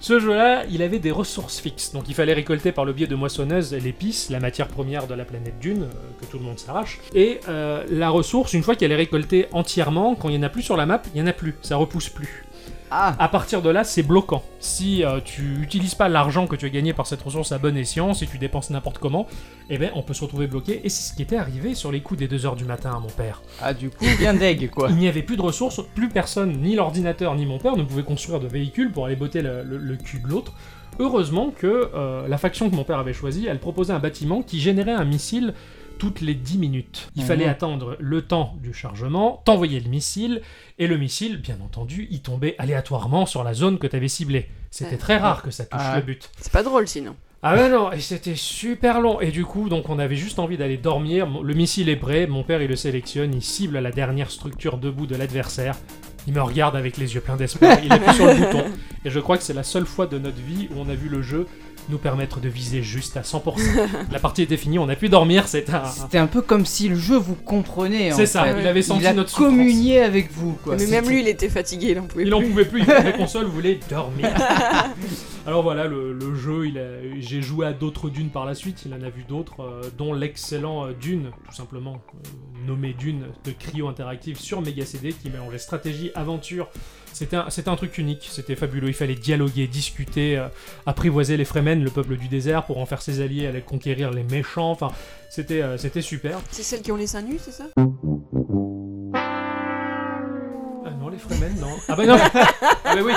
D: Ce jeu-là, il avait des ressources fixes donc il fallait récolter par le biais de moissonneuses l'épice, la matière première de la planète Dune euh, que tout le monde s'arrache. Et euh, la ressource, une fois qu'elle est récoltée entièrement, quand il y en a plus sur la map, il y en a plus, ça repousse plus.
E: Ah,
D: À partir de là, c'est bloquant. Si euh, tu utilises pas l'argent que tu as gagné par cette ressource à bon escient, si tu dépenses n'importe comment, eh ben on peut se retrouver bloqué. Et c'est ce qui était arrivé sur les coups des 2h du matin à mon père.
E: ah du coup, bien deg quoi.
D: Il n'y avait plus de ressources, plus personne, ni l'ordinateur, ni mon père ne pouvait construire de véhicule pour aller botter le, le- le cul de l'autre. Heureusement que euh, la faction que mon père avait choisie, elle proposait un bâtiment qui générait un missile toutes les 10 minutes. Il
E: Mhm.
D: fallait attendre le temps du chargement, t'envoyer le missile, et le missile, bien entendu, il tombait aléatoirement sur la zone que t'avais ciblée. C'était
F: Ouais.
D: très rare que ça touche
E: Ah
D: le
E: ouais.
D: but.
F: C'est pas drôle sinon.
D: Ah ben non, et c'était super long. Et du coup, donc on avait juste envie d'aller dormir. Mon- Le missile est prêt, mon père il le sélectionne, il cible la dernière structure debout de l'adversaire. Il me regarde avec les yeux pleins d'espoir, il appuie sur le bouton. Et je crois que c'est la seule fois de notre vie où on a vu le jeu nous permettre de viser juste à 100%. La partie était finie, on a pu dormir, c'est un...
E: C'était un peu comme si le jeu vous comprenait. en
D: C'est ça,
E: fait.
D: il avait senti
E: Il a
D: notre souffrance.
E: communié avec vous quoi.
F: Mais même lui, il était fatigué, il en pouvait
D: Il en
F: plus.
D: pouvait plus, il voulait la console, voulait dormir. Alors voilà, le, le jeu, il a- j'ai joué à d'autres dunes par la suite, il en a vu d'autres, euh, dont l'excellent euh, Dune, tout simplement, euh, nommé Dune de Cryo Interactive sur Mega CD, qui mélangeait stratégie, aventure. C'était un, c'était un truc unique, c'était fabuleux, il fallait dialoguer, discuter, euh, apprivoiser les Fremen, le peuple du désert, pour en faire ses alliés, aller conquérir les méchants, enfin, c'était euh, c'était super.
F: C'est celle qui ont les seins nus, c'est ça
D: Ah non, les Fremen, non. Ah bah non Ah bah oui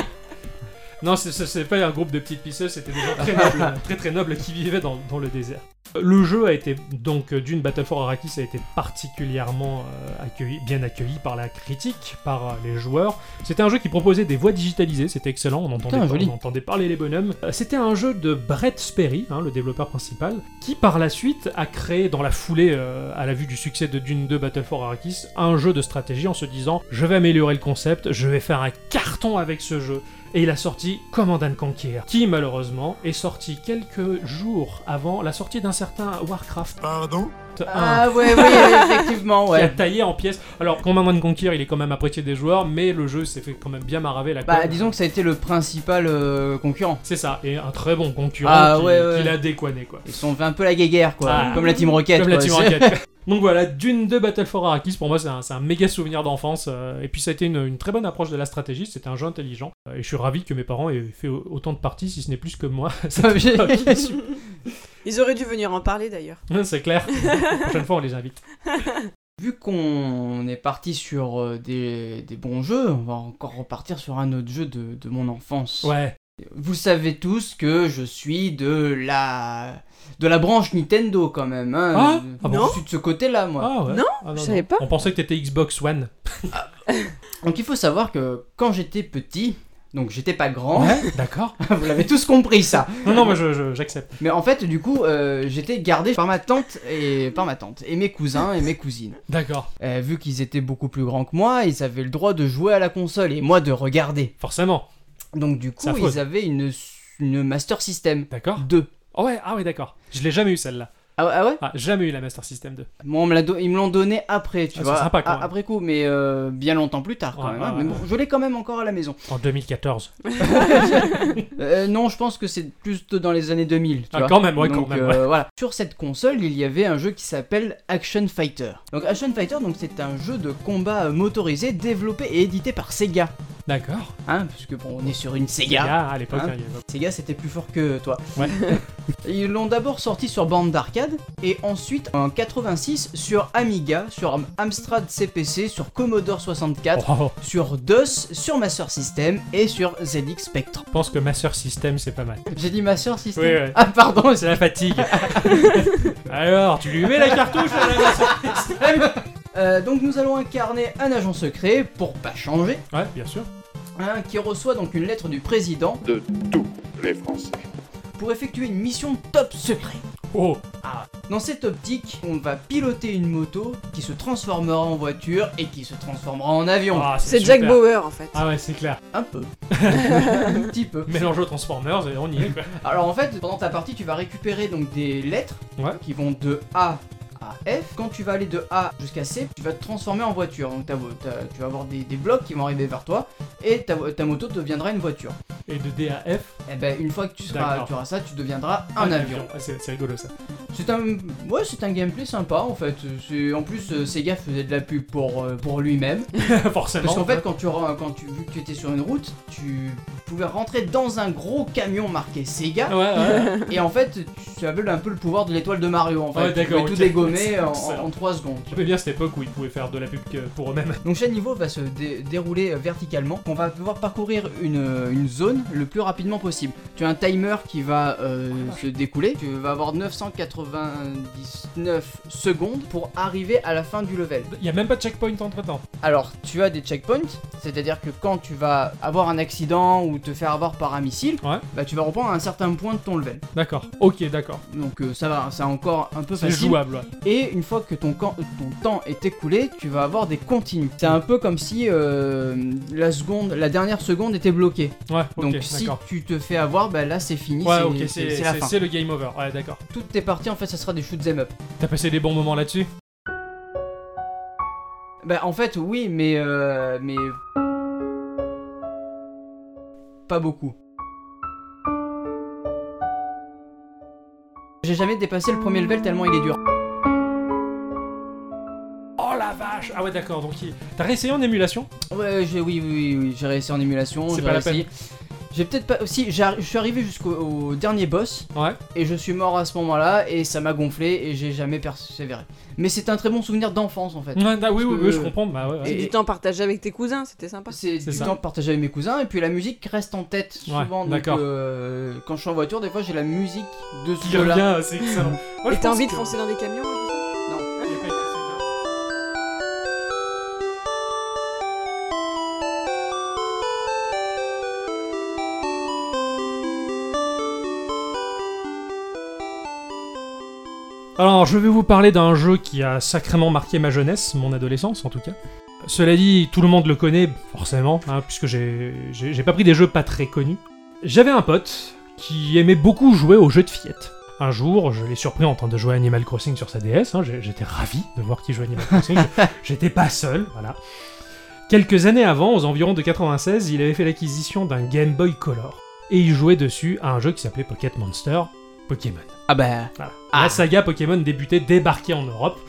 D: Non, c'est- c'est c'est pas un groupe de petites pisseuses, c'était des gens très nobles, euh, très très nobles qui vivaient dans, dans le désert. Euh, Le jeu a été, donc, euh, d'une Battle for Arrakis a été particulièrement euh, accueilli, bien accueilli par la critique, par euh, les joueurs. C'était un jeu qui proposait des voix digitalisées, c'était excellent, on entendait,
E: Putain,
D: par-
E: joli.
D: on entendait parler les bonhommes. Euh, C'était un jeu de Brett Sperry, hein, le développeur principal, qui par la suite a créé dans la foulée, euh, à la vue du succès de Dune 2 Battle for Arrakis, un jeu de stratégie en se disant je vais améliorer le concept, je vais faire un carton avec ce jeu. et il a sorti Command and Conquer, qui malheureusement est sorti quelques jours avant la sortie d'un certain Warcraft
H: Pardon
D: 1.
E: Ah ouais, oui, effectivement,
D: Qui a
E: ouais.
D: taillé en pièces. Alors, Command and Conquer, il est quand même apprécié des joueurs, mais le jeu s'est fait quand même bien maraver la
E: Bah,
D: com.
E: disons que ça a été le principal euh, concurrent.
D: C'est ça, et un très bon concurrent
E: Ah,
D: qui,
E: ouais, ouais.
D: qui l'a décoiné, quoi.
E: Ils se sont fait un peu la guéguerre, quoi.
D: Ah.
E: comme la Team Rocket.
D: Comme la
E: quoi.
D: Team
E: C'est-
D: Rocket. Donc voilà, Dune 2 Battle for Arrakis, pour moi, c'est un, c'est un méga souvenir d'enfance. euh, et puis, ça a été une, une très bonne approche de la stratégie. C'était un jeu intelligent. euh, et je suis ravi que mes parents aient fait au- autant de parties, si ce n'est plus que moi.
E: Ça, j'ai-
F: Ils auraient dû venir en parler d'ailleurs.
D: c'est clair. La prochaine fois, on les invite.
E: Vu qu'on est parti sur euh, des, des bons jeux, on va encore repartir sur un autre jeu de, de mon enfance.
D: Ouais.
E: Vous savez tous que je suis de la de la branche Nintendo quand même. Hein.
D: Ah,
E: Je-
D: ah
F: bon
E: je suis de ce côté-là moi.
D: Ah ouais.
F: Non,
D: Ah,
F: je savais pas.
D: On pensait que t'étais Xbox One.
E: Donc il faut savoir que quand j'étais petit, donc j'étais pas grand,
D: D'accord.
E: vous l'avez tous compris ça.
D: Non, non, moi, je- je- j'accepte.
E: Mais en fait du coup euh, j'étais gardé par ma tante et par ma tante et mes cousins et mes cousines.
D: D'accord.
E: Euh, vu qu'ils étaient beaucoup plus grands que moi, ils avaient le droit de jouer à la console et moi de regarder.
D: Forcément.
E: Donc du coup
D: C'est affreux.
E: ils avaient une une Master System
D: D'accord.
E: 2.
D: Ah ouais, ah ouais, d'accord. Je l'ai jamais eu celle-là.
E: Ah, ah ouais
D: Ah, jamais eu la Master System 2.
E: Moi, on me l'a do- ils me l'ont donné après, tu
D: Ah, c'est
E: vois.
D: sympa, quand
E: a-
D: même.
E: Après coup, mais euh, bien longtemps plus tard quand
D: Ouais,
E: même.
D: ouais,
E: hein.
D: ouais.
E: Mais bon, je l'ai quand même encore à la maison.
D: En 2014.
E: Euh, non, je pense que c'est plus de- dans les années 2000. Tu
D: Ah,
E: vois.
D: quand même, ouais, quand
E: Donc,
D: même,
E: euh, voilà. Sur cette console, il y avait un jeu qui s'appelle Action Fighter. Donc Action Fighter, donc c'est un jeu de combat euh, motorisé développé et édité par Sega.
D: D'accord.
E: Hein, parce que bon, on est sur une Sega.
D: Sega, à l'époque,
E: Hein
D: hein, il y avait-
E: Sega, c'était plus fort que toi.
D: Ouais.
E: Ils l'ont d'abord sorti sur bande d'arcade et ensuite en 86 sur Amiga, sur Amstrad CPC, sur Commodore 64,
D: Oh, oh,
E: sur DOS, sur Master System et sur ZX Spectrum.
D: je pense que Master System, c'est pas mal.
E: J'ai dit Master System
D: Oui, oui.
E: Ah pardon,
D: C'est la fatigue. Alors, tu lui mets la cartouche à la Master System
E: Euh, donc nous allons incarner un agent secret pour pas changer,
D: Ouais, bien sûr.
E: hein, qui reçoit donc une lettre du président
H: Les Français.
E: pour effectuer une mission top secret.
D: Oh,
E: Dans cette optique, on va piloter une moto qui se transformera en voiture et qui se transformera en avion.
D: ah,
F: C'est
D: super.
F: Jack Bauer en fait.
D: Ah ouais, c'est clair.
E: Un peu. un petit peu.
D: Mélange aux Transformers et on y est, quoi.
E: Alors en fait, pendant ta partie, tu vas récupérer donc des lettres
D: Ouais.
E: qui vont de A à F. Quand tu vas aller de A jusqu'à C, tu vas te transformer en voiture. Donc ta vo- ta- tu vas avoir des, des blocs qui vont arriver vers toi et ta, vo- ta moto deviendra une voiture.
D: Et de DAF,
E: Et ben une fois que tu, seras,
D: D'accord.
E: tu auras ça, tu deviendras un avion.
D: Ah, c'est c'est rigolo ça.
E: C'est un ouais, c'est un gameplay sympa en fait. C'est- En plus, euh, Sega faisait de la pub pour euh, pour lui-même.
D: Forcément.
E: Parce qu'en fait, quand tu, ra- quand tu vu que tu étais sur une route, tu pouvais rentrer dans un gros camion marqué Sega.
D: Ouais, ouais,
E: Et en fait, tu avais un peu le pouvoir de l'étoile de Mario en fait.
D: Ouais,
E: tu
D: d'accord,
E: pouvais tout
D: ok.
E: dégommer en,
D: Excellent.
E: 3 secondes.
D: J'aimais bien cette époque où ils pouvaient faire de la pub que pour eux-mêmes.
E: Donc chaque niveau va se dé- dérouler euh, verticalement. On va pouvoir parcourir une, euh, une zone le plus rapidement possible. Tu as un timer qui va euh, se découler. Tu vas avoir 999 secondes pour arriver à la fin du level.
D: Il y a même pas de checkpoint entre temps.
E: Alors, tu as des checkpoints, c'est-à-dire que quand tu vas avoir un accident ou te faire avoir par un missile,
D: Ouais.
E: bah, tu vas reprendre un certain point de ton level.
D: D'accord. Ok, d'accord.
E: Donc euh, ça va, c'est encore un peu
D: C'est
E: facile.
D: jouable. ouais.
E: Et une fois que ton, camp- euh, ton temps est écoulé, tu vas avoir des continues. C'est un peu comme si euh, la seconde, la dernière seconde était bloquée.
D: Ouais, ok,
E: Donc si
D: d'accord.
E: tu te fais avoir, bah là c'est fini,
D: Ouais,
E: c'est-
D: ok,
E: c'est
D: c'est
E: c'est la
D: c'est-
E: fin.
D: c'est le game over. Ouais, d'accord.
E: Toutes tes parties en fait, ça sera des shoot 'em up.
D: T'as passé des bons moments là-dessus
E: Bah en fait oui, mais euh, mais pas beaucoup. J'ai jamais dépassé le premier level tellement il est dur.
D: Oh la vache Ah ouais, d'accord. Donc, il- t'as réessayé en émulation
E: Ouais, j'ai oui oui oui, oui, j'ai réussi en émulation.
D: C'est
E: j'ai
D: pas la
E: réussi. J'ai peut-être pas. Si, j'arri- je suis arrivé jusqu'au au dernier boss
D: Ouais.
E: et je suis mort à ce moment-là et ça m'a gonflé et j'ai jamais persévéré. Mais c'est un très bon souvenir d'enfance en fait.
D: Ouais, ah, oui, oui,
E: que-
D: oui, je comprends. Bah ouais, ouais.
F: C'est du temps partagé avec tes cousins, c'était sympa.
E: C'est
D: C'est
E: du
D: ça.
E: temps partagé avec mes cousins et puis la musique reste en tête
D: Ouais,
E: souvent. donc,
D: d'accord.
E: euh, quand je suis en voiture, des fois j'ai la musique de ce
D: Qui
E: jeu-là.
D: revient, euh, c'est excellent. Moi, je
F: Et t'as
D: pense
F: envie de
D: que-
F: foncer dans des camions et tout ça
D: Alors, je vais vous parler d'un jeu qui a sacrément marqué ma jeunesse, mon adolescence en tout cas. Cela dit, tout le monde le connaît, forcément, hein, puisque j'ai- j'ai j'ai pas pris des jeux pas très connus. J'avais un pote qui aimait beaucoup jouer aux jeux de fillettes. Un jour, je l'ai surpris en train de jouer à Animal Crossing sur sa DS, hein, j'ai- j'étais ravi de voir qu'il jouait à Animal Crossing, j'étais pas seul, voilà. Quelques années avant, aux environs de 96, il avait fait l'acquisition d'un Game Boy Color, et il jouait dessus à un jeu qui s'appelait Pocket Monster, Pokémon.
E: Ah bah.
D: Voilà.
E: Ah.
D: La saga Pokémon débutait, débarquait en Europe.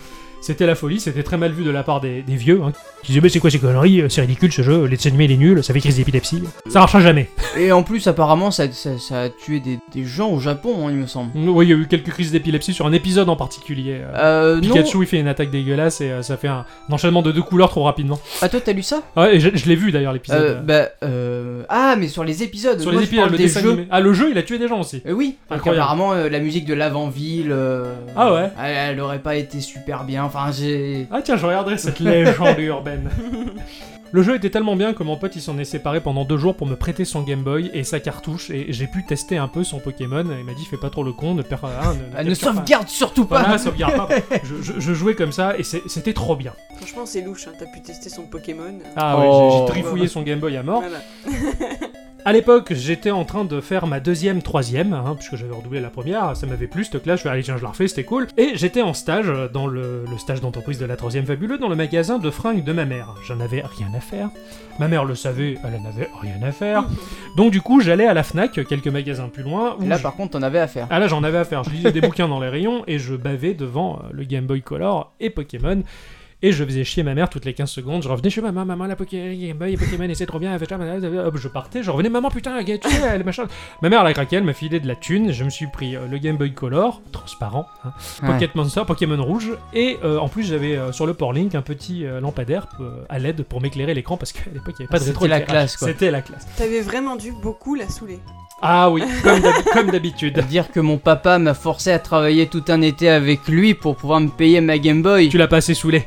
D: C'était la folie, c'était très mal vu de la part des, des vieux, hein, qui disaient mais c'est quoi ces conneries, euh, c'est ridicule ce jeu, les animés il est nul, ça fait crise d'épilepsie, ça marchera jamais.
E: Et en plus, apparemment, ça, ça- ça a tué des, des gens au Japon, hein, il me semble.
D: Oui, il y a eu quelques crises d'épilepsie sur un épisode en particulier. euh,
E: Euh, non.
D: Pikachu il fait une attaque dégueulasse et euh, ça fait un, un enchaînement de deux couleurs trop rapidement.
E: Ah, toi, t'as lu ça
D: Ouais, et je, je l'ai vu d'ailleurs l'épisode.
E: euh,
D: euh,
E: Bah. Euh... Ah, mais sur les épisodes.
D: sur
E: moi,
D: les
E: je
D: épisodes,
E: parle
D: le
E: des
D: dessin
E: jeux.
D: animé. Ah le jeu il a tué des gens aussi.
E: Euh, oui, donc
D: Incroyable.
E: apparemment euh, la musique de l'avant-ville. euh,
D: Ah ouais.
E: Elle, elle aurait pas été super bien. Enfin, j'ai.
D: Ah tiens, je regarderai cette légende urbaine. Le jeu était tellement bien que mon pote il s'en est séparé pendant deux jours pour me prêter son Game Boy et sa cartouche et j'ai pu tester un peu son Pokémon. Il m'a dit fais pas trop le con, ne perds hein, ne,
E: Ah, ne
D: capture pas.
E: sauvegarde surtout pas
D: Voilà, sauvegarde pas. Je, je- je jouais comme ça et c'est- c'était trop bien.
F: Franchement, c'est louche, hein, t'as pu tester son Pokémon.
D: Ah
E: Oh.
D: ouais, j'ai- j'ai trifouillé son Game Boy à mort.
F: Voilà.
D: À l'époque, j'étais en train de faire ma deuxième, troisième, hein, puisque j'avais redoublé la première, ça m'avait plu, cette classe, je vais aller, tiens, je la refais, c'était cool. Et j'étais en stage, euh, dans le, le stage d'entreprise de la troisième fabuleux, dans le magasin de fringues de ma mère. J'en avais rien à faire. Ma mère le savait, elle en avait rien à faire. Donc du coup, j'allais à la FNAC, quelques magasins plus loin, où
E: Là,
D: je-
E: par contre, t'en avais à faire.
D: ah là j'en avais à faire, je lisais des bouquins dans les rayons et je bavais devant euh, le Game Boy Color et Pokémon. Et je faisais chier ma mère toutes les 15 secondes, je revenais chez maman, maman, la Poké- Game Boy et Pokémon, et c'est trop bien, elle fait ça, blablabla. hop, je partais, je revenais, maman, putain, tu sais, elle, machin. Ma mère, elle a craqué, elle m'a filé de la thune, je me suis pris euh, le Game Boy Color, transparent, hein, Pocket Monster, Pokémon Rouge, et euh, en plus j'avais euh, sur le port Link un petit euh, lampadaire euh, à LED pour m'éclairer l'écran, parce qu'à l'époque il n'y avait pas de
E: C'était
D: rétro
E: la classe, quoi.
D: C'était la classe.
F: T'avais vraiment dû beaucoup la saouler.
D: Ah oui, comme d'hab- comme d'habitude.
E: Dire que mon papa m'a forcé à travailler tout un été avec lui pour pouvoir me payer ma Game Boy.
D: tu l'as pas assez saoulé.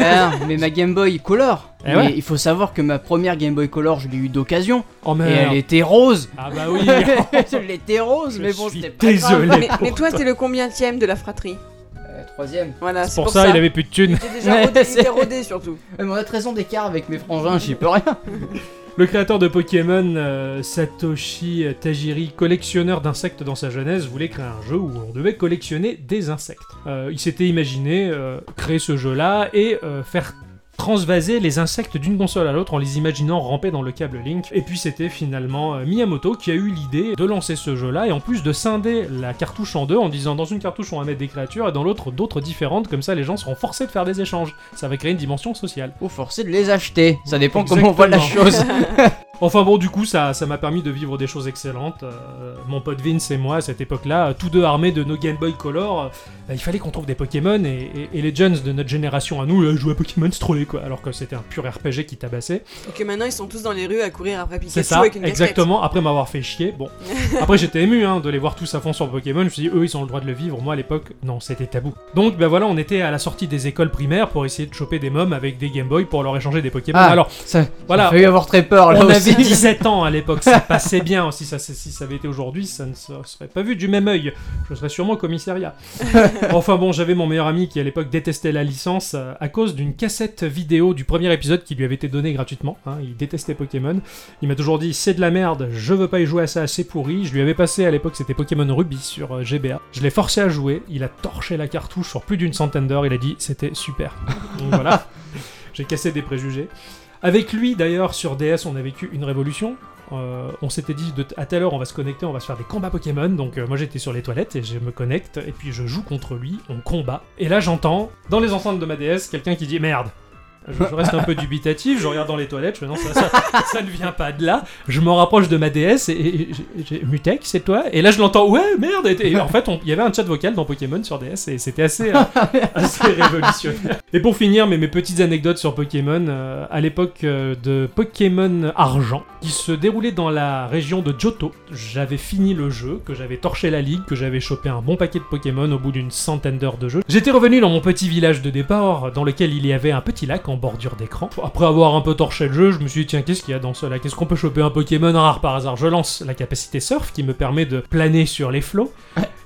E: Ah, mais ma Game Boy Color.
D: Eh
E: mais
D: ouais.
E: il faut savoir que ma première Game Boy Color, je l'ai eu d'occasion.
D: Oh
E: Et
D: merde.
E: elle était rose.
D: Ah bah oui
E: elle était rose,
D: Je
E: mais bon,
D: suis
E: c'était pas grave.
D: désolé
F: Mais,
D: pour
F: mais toi, t'es le combien tième de la fratrie
E: Euh, troisième.
F: Voilà,
D: C'est pour ça, il avait plus de thunes.
F: T'es déjà
E: Ouais,
F: rodé,
E: c'est-
F: t'es rodé surtout.
E: Ouais, Euh, mais on a 13 ans d'écart avec mes frangins, j'y peux rien.
D: Le créateur de Pokémon, euh, Satoshi Tajiri, collectionneur d'insectes dans sa jeunesse, voulait créer un jeu où on devait collectionner des insectes. Euh, il s'était imaginé euh, créer ce jeu-là et euh, faire transvaser les insectes d'une console à l'autre en les imaginant ramper dans le câble Link. Et puis c'était finalement euh, Miyamoto qui a eu l'idée de lancer ce jeu-là et en plus de scinder la cartouche en deux en disant dans une cartouche on va mettre des créatures et dans l'autre d'autres différentes, comme ça les gens seront forcés de faire des échanges. Ça va créer une dimension sociale.
E: Ou forcé de les acheter. Ça dépend comment on voit la
D: Exactement.
E: chose.
D: Enfin bon, du coup, ça ça m'a permis de vivre des choses excellentes. Euh, mon pote Vince et moi, à cette époque-là, euh, tous deux armés de nos Game Boy Color, euh, bah, il fallait qu'on trouve des Pokémon et, et- et les jeunes de notre génération à nous, euh, jouer à Pokémon, c'est trop laid, quoi. Alors que c'était un pur RPG qui tabassait.
F: Et que maintenant, ils sont tous dans les rues à courir après
D: C'est
F: Pikachu
D: ça,
F: avec une
D: exactement. Après m'avoir fait chier, bon. Après, j'étais ému hein, de les voir tous à fond sur Pokémon. Je me suis dit, eux, ils ont le droit de le vivre. Moi, à l'époque, non, c'était tabou. Donc, ben voilà, on était à la sortie des écoles primaires pour essayer de choper des mômes avec des Game Boy pour leur échanger des Pokémon.
E: Ah.
D: Alors,
E: Ça,
D: Voilà. Oh,
E: ça fait avoir très peur là
D: On
E: aussi.
D: avait 17 ans à l'époque, ça passait bien. Si ça, si ça avait été aujourd'hui, ça ne se- serait pas vu du même œil. Je serais sûrement au commissariat. enfin bon, j'avais mon meilleur ami qui à l'époque détestait la licence euh, à cause d'une cassette vidéo du premier épisode qui lui avait été donnée gratuitement. hein. il détestait Pokémon. Il m'a toujours dit c'est de la merde, je veux pas y jouer à ça, c'est pourri. Je lui avais passé à l'époque, c'était Pokémon Ruby sur euh, GBA. Je l'ai forcé à jouer, il a torché la cartouche sur plus d'une centaine d'heures, il a dit c'était super. Donc voilà, j'ai cassé des préjugés. Avec lui d'ailleurs sur DS on a vécu une révolution. Euh, on s'était dit de à telle heure on va se connecter, on va se faire des combats Pokémon. Donc euh, moi j'étais sur les toilettes et je me connecte et puis je joue contre lui, on combat. Et là j'entends dans les enceintes de ma DS quelqu'un qui dit merde. Je, je reste un peu dubitatif, je regarde dans les toilettes, je fais non ça, ça, ça ne vient pas de là. Je m'en rapproche de ma DS et, et j'ai- j'ai- Mutek c'est toi Et là je l'entends ouais merde. Et, et en fait on- il y avait un chat vocal dans Pokémon sur DS et c'était assez, euh, assez révolutionnaire. Et pour finir, mes, mes petites anecdotes sur Pokémon, euh, à l'époque euh, de Pokémon Argent, qui se déroulait dans la région de Johto, j'avais fini le jeu, que j'avais torché la ligue, que j'avais chopé un bon paquet de Pokémon au bout d'une centaine d'heures de jeu. J'étais revenu dans mon petit village de départ, dans lequel il y avait un petit lac en bordure d'écran. Après avoir un peu torché le jeu, je me suis dit, tiens, qu'est-ce qu'il y a dans ce lac Est-ce qu'on peut choper un Pokémon rare par hasard Je lance la capacité surf qui me permet de planer sur les flots.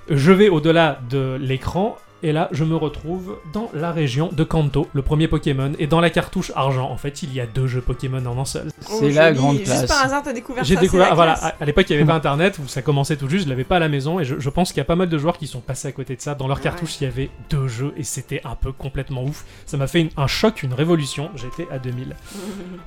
D: Je vais au-delà de l'écran Et là, je me retrouve dans la région de Kanto, le premier Pokémon, et dans la cartouche argent. En fait, il y a deux jeux Pokémon en un seul.
F: Oh,
E: C'est la
F: joli.
E: grande
F: Juste
E: classe.
F: par hasard, t'as découvert
D: J'ai
F: ça. c'est
D: découvert,
F: la
D: ah, voilà,
F: classe.
D: à à l'époque il n'y avait pas internet, où ça commençait tout juste, je l'avais pas à la maison, et je, je pense qu'il y a pas mal de joueurs qui sont passés à côté de ça. Dans leur
F: Ouais.
D: cartouche, il y avait deux jeux, et c'était un peu complètement ouf. Ça m'a fait une- un choc, une révolution, j'étais à 2000.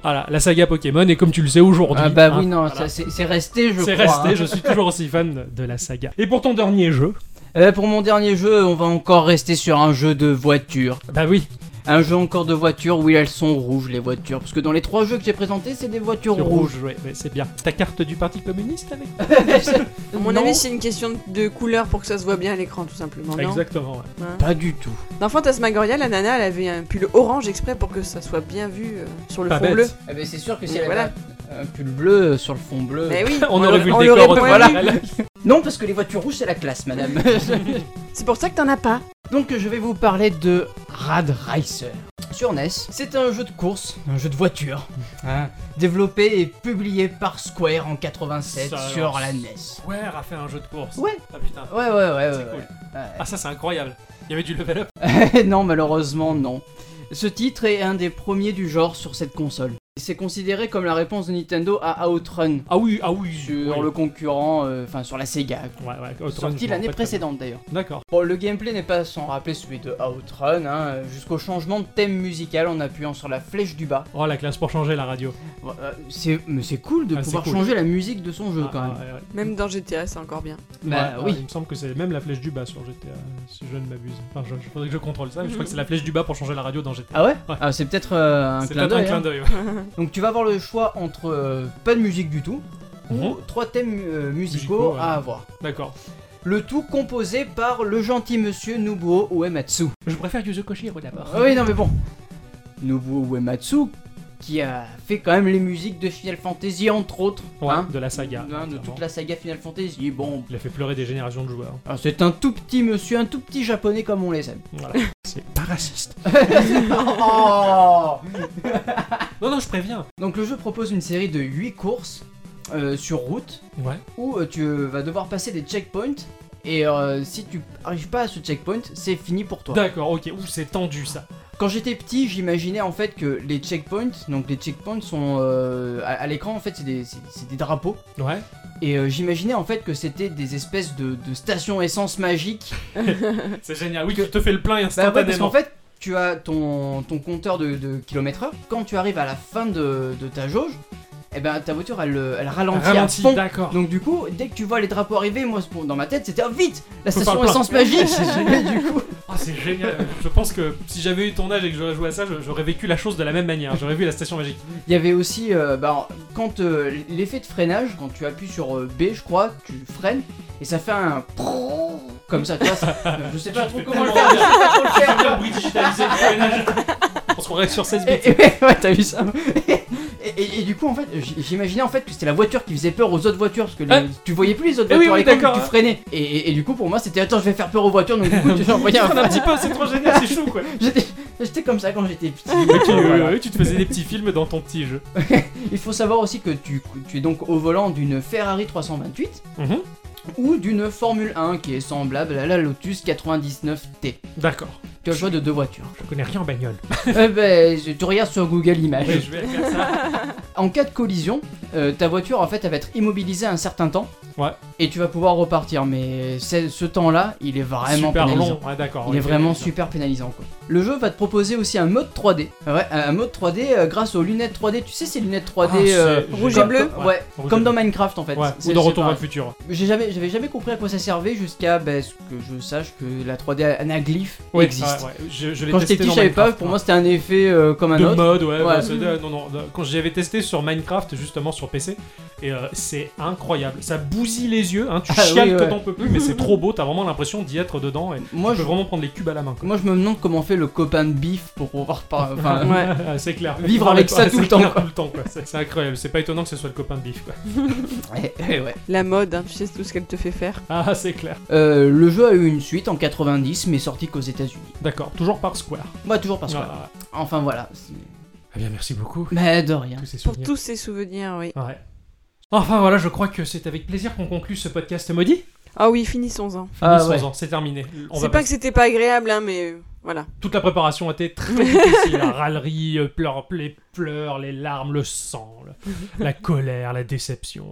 D: Voilà, la saga Pokémon, et comme tu le sais aujourd'hui,
E: Ah bah
D: hein,
E: oui, non,
D: voilà.
E: ça, c'est c'est resté, je
D: c'est
E: crois.
D: resté,
E: hein.
D: je suis toujours aussi fan de la saga. Et pour ton dernier jeu,
E: Euh, pour mon dernier jeu, on va encore rester sur un jeu de voiture.
D: bah oui,
E: Un jeu encore de voiture, oui, elles sont rouges, les voitures. Parce que dans les trois jeux que j'ai présentés, c'est des voitures
D: le
E: rouges.
D: rouge, ouais, ouais, c'est bien. Ta carte du Parti communiste avec Ah,
F: À mon
E: Non,
F: avis, c'est une question de couleur pour que ça se voit bien à l'écran, tout simplement. non
D: Ah, Exactement, ouais.
F: Hein
E: Pas du tout.
F: Dans Fantasmagoria, la nana, elle avait un pull orange exprès pour que ça soit bien vu euh, sur le
D: Pas
F: fond
D: bête.
F: bleu.
E: Ah bah c'est sûr que si
F: Donc
E: elle avait
F: voilà.
E: un pull bleu sur le fond bleu.
F: Mais oui,
D: On, aurait vu le
F: l'aurait
D: décor,
F: pas
D: voilà.
F: vu.
E: Non, parce que les voitures rouges, c'est la classe, madame.
F: C'est pour ça que t'en as pas.
E: Donc je vais vous parler de Rad Racer. Sur NES, c'est un jeu de course, un jeu de voiture, hein, développé et publié par Square en 87
D: Ça,
E: sur
D: alors,
E: la NES.
D: Square a fait un jeu de course.
E: Ouais.
D: Ah putain.
E: Ouais, ouais, ouais, ouais.
D: C'est
E: ouais.
D: cool.
E: Ouais.
D: Ah ça c'est incroyable. Il y avait du level up.
E: non, malheureusement, non. Ce titre est un des premiers du genre sur cette console. C'est considéré comme la réponse de Nintendo à Outrun,
D: Ah oui, ah oui.
E: sur
D: oui.
E: le concurrent, euh, enfin sur la Sega,
D: Ouais, ouais, Outrun, je
E: sorti
D: m'en
E: l'année
D: rappelle très
E: précédente d'ailleurs.
D: bien. D'accord.
E: Bon, le gameplay n'est pas sans rappeler celui de Outrun, hein, jusqu'au changement de thème musical en appuyant sur la flèche du bas.
D: Oh la classe pour changer la radio.
E: Ouais, euh, C'est, mais c'est cool de
D: Ah, c'est
E: pouvoir
D: cool.
E: changer la musique de son jeu
D: Ah,
E: quand même.
D: ah, ouais, ouais.
F: Même dans GTA, c'est encore bien.
E: Bah
D: Ouais,
E: oui.
D: ouais, Il me semble que c'est même la flèche du bas sur GTA, si je ne m'abuse. Enfin, je, je- faudrait que je contrôle ça, mais je crois que c'est la flèche du bas pour changer la radio dans GTA.
E: Ah ouais,
D: Ouais.
E: Ah, C'est peut-être euh, un
D: c'est
E: clin
D: peut-être un
E: d'œil.
D: clin
E: hein.
D: d'œil. ouais.
E: Donc tu vas avoir le choix entre euh, pas de musique du tout ou
D: Mhm.
E: trois thèmes euh, musicaux
D: Musicaux, ouais.
E: à avoir.
D: D'accord.
E: Le tout composé par le gentil monsieur Nobuo Uematsu.
D: Je préfère Yuzo Koshiro d'abord.
E: Ah oui, non mais bon. Nobuo Uematsu, qui a fait quand même les musiques de Final Fantasy entre autres.
D: Ouais,
E: hein.
D: de la saga.
E: Hein, de toute la saga Final Fantasy. Bon,
D: Il a fait pleurer des générations de joueurs.
E: alors, c'est un tout petit monsieur, un tout petit japonais comme on les aime.
D: Voilà. c'est pas raciste.
E: Oh
D: Non, non, je préviens.
E: Donc le jeu propose une série de 8 courses euh, sur route
D: Ouais.
E: où euh, tu vas devoir passer des checkpoints et euh, si tu arrives pas à ce checkpoint, c'est fini pour toi.
D: D'accord, ok. Ouh, c'est tendu ça.
E: Quand j'étais petit, j'imaginais en fait que les checkpoints, donc les checkpoints sont euh, à, à l'écran en fait c'est des, c'est- c'est des drapeaux
D: Ouais.
E: et euh, j'imaginais en fait que c'était des espèces de, de stations essence magiques.
D: C'est génial. Oui, tu te fais le plein
E: Bah ouais, parce
D: instantanément.
E: qu'en fait tu as ton, ton compteur de, de kilomètres heure. Quand tu arrives à la fin de, de ta jauge, et ben ta voiture elle, euh, elle ralentit, à
D: Ralenti,
E: fond.
D: d'accord.
E: Donc du coup, dès que tu vois les drapeaux arriver, moi pour- dans ma tête c'était Ah, vite la
D: Faut
E: station
D: faire le plein.
E: essence magique. Et du coup,
D: Ah, c'est génial. je pense que si j'avais eu ton âge et que j'aurais joué à ça, je- j'aurais vécu la chose de la même manière. J'aurais vu la station magique.
E: il y avait aussi euh, bah, quand euh, l'effet de freinage, quand tu appuies sur euh, B, je crois, tu freines et ça fait un prrrr comme ça. Tu vois, ça- je sais pas trop comment le faire. je sais pas trop le faire.
D: Super bruit digitalisé du freinage. On se croirait sur 16 bits.
E: Et- et- ouais, t'as vu ça et, et- et du coup, en fait, j- j'imaginais en fait que c'était la voiture qui faisait peur aux autres voitures parce que les-
D: Ah.
E: tu voyais plus les autres
D: Eh oui,
E: voitures
D: oui,
E: à l'écran,
D: d'accord,
E: donc tu freinais. Et, et- et du coup, pour moi, c'était attends, je vais faire peur aux voitures, donc du coup, tu envoyais un
D: Freine un petit peu, Oh, c'est trop génial, c'est chaud quoi.
E: J'étais j'étais comme ça quand j'étais petit.
D: tu,
E: Voilà.
D: ouais, tu te faisais des petits films dans ton petit jeu.
E: Il faut savoir aussi que tu, tu es donc au volant d'une Ferrari 328
D: Mhm.
E: ou d'une Formule 1 qui est semblable à la Lotus 99T.
D: D'accord.
E: Tu as le choix de deux voitures.
D: Je connais rien en bagnole.
E: eh ben, je- tu regardes sur Google Images.
D: Ouais, je vais faire ça.
E: En cas de collision, euh, ta voiture en fait elle va être immobilisée un certain temps.
D: Ouais.
E: Et tu vas pouvoir repartir, mais c'est- ce temps-là, il est vraiment
D: super
E: pénalisant.
D: long. Ouais, d'accord.
E: Il
D: ouais,
E: est vraiment
D: super.
E: super pénalisant quoi. Le jeu va te proposer aussi un mode 3D. Ouais, un mode 3D euh, grâce aux lunettes 3D. Tu sais ces lunettes 3D
D: Ah, c'est
E: euh,
D: Rouge
E: comme-
D: et bleu
E: comme- Ouais,
D: Ouais, rouge
E: comme
D: et
E: dans Minecraft en fait.
D: Ouais,
E: C'est-
D: ou dans
E: c'est
D: Retour vers le
E: pareil.
D: futur.
E: J'ai jamais, j'avais jamais compris à quoi ça servait jusqu'à ben, ce que je sache que la 3D anaglyphe
D: Ouais,
E: existe.
D: ouais, ouais. Je, je l'ai
E: Quand
D: testé
E: j'étais petit,
D: dans
E: je savais pas.
D: Minecraft,
E: Pour moi, c'était un effet euh, comme un
D: de
E: autre.
D: mode, ouais.
E: Ouais.
D: bah, c'est- euh, non, non, non, quand j'avais testé sur Minecraft, justement sur PC, et euh, c'est incroyable. Ça bousille les yeux, hein, tu
E: Ah oui,
D: chiales que
E: ouais.
D: t'en peux plus, mais c'est trop beau, t'as vraiment l'impression d'y être dedans, et
E: Moi,
D: tu
E: je
D: peux vraiment prendre les cubes à la main. quoi.
E: Moi, je me demande comment fait le copain de bif pour pouvoir par- enfin,
F: Ouais.
D: Ah, c'est clair.
E: Vivre
D: Ouais,
E: avec
D: ouais,
E: ça
D: c'est
E: tout le
D: clair,
E: temps, quoi.
D: tout le temps, quoi. C'est c'est incroyable, c'est pas étonnant que ce soit le copain de Biff, quoi.
E: eh, eh ouais.
F: La mode, hein, tu sais tout ce qu'elle te fait faire.
D: Ah, c'est clair.
E: Euh, le jeu a eu une suite en 90, mais sorti qu'aux États-Unis.
D: D'accord, toujours par Square.
E: Moi, toujours parce que.
D: Ah,
E: Enfin voilà. c'est-
D: eh bien, merci beaucoup.
E: Mais de rien.
D: Tous ces
F: Pour
D: souvenirs.
F: tous ces souvenirs, oui.
D: Ouais. Enfin voilà, je crois que c'est avec plaisir qu'on conclut ce podcast maudit.
F: Ah oui, finissons-en.
E: Ah,
D: Finissons-en,
E: ouais.
D: c'est terminé. On va
F: C'est pas
D: passer-
F: que c'était pas agréable, hein, mais euh, voilà.
D: Toute la préparation était très difficile. La râlerie, euh, pleurs- les pleurs, les larmes, le sang, le- la colère, la déception.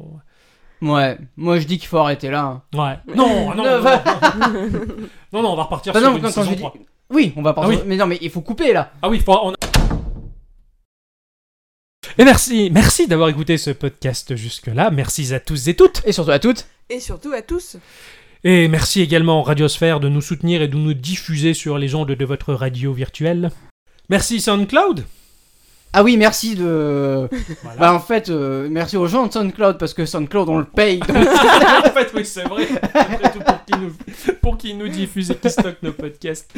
E: Ouais, moi je dis qu'il faut arrêter là. hein.
D: Ouais. Non, non, non,
E: va-
D: non. Non, non, on va repartir
E: Bah
D: sur
E: non,
D: une
E: quand- quand
D: saison
E: je dis-
D: 3.
E: Oui, on va pas.
D: Ah oui.
E: Mais non, mais il faut couper là.
D: Ah oui, faut- on a- Et merci, merci d'avoir écouté ce podcast jusque-là. Merci à tous et toutes.
E: Et surtout à toutes.
F: Et surtout à tous.
D: Et merci également Radiosphère de nous soutenir et de nous diffuser sur les ondes de votre radio virtuelle. Merci SoundCloud.
E: Ah oui, merci de.
D: Voilà.
E: Bah en fait, euh, merci aux gens de SoundCloud parce que SoundCloud on le paye. donc-
D: en fait, oui, c'est vrai. Après tout, pour qu'ils nous, pour qu'ils nous diffusent et qu'ils stockent nos podcasts.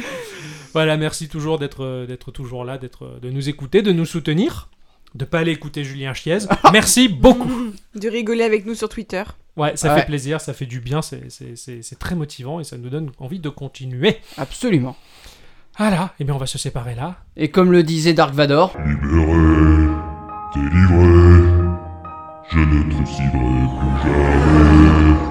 D: Voilà, merci toujours d'être, euh, d'être toujours là, d'être, euh, de nous écouter, de nous soutenir, de pas aller écouter Julien Chiez. Merci beaucoup.
F: De rigoler avec nous sur Twitter.
D: Ouais, ça
E: Ouais.
D: fait plaisir, ça fait du bien, c'est, c'est, c'est, c'est très motivant et ça nous donne envie de continuer.
E: Absolument.
D: Voilà, et bien on va se séparer là.
E: Et comme le disait Dark Vador.
H: Libéré, délivré, je ne te ciderai plus jamais.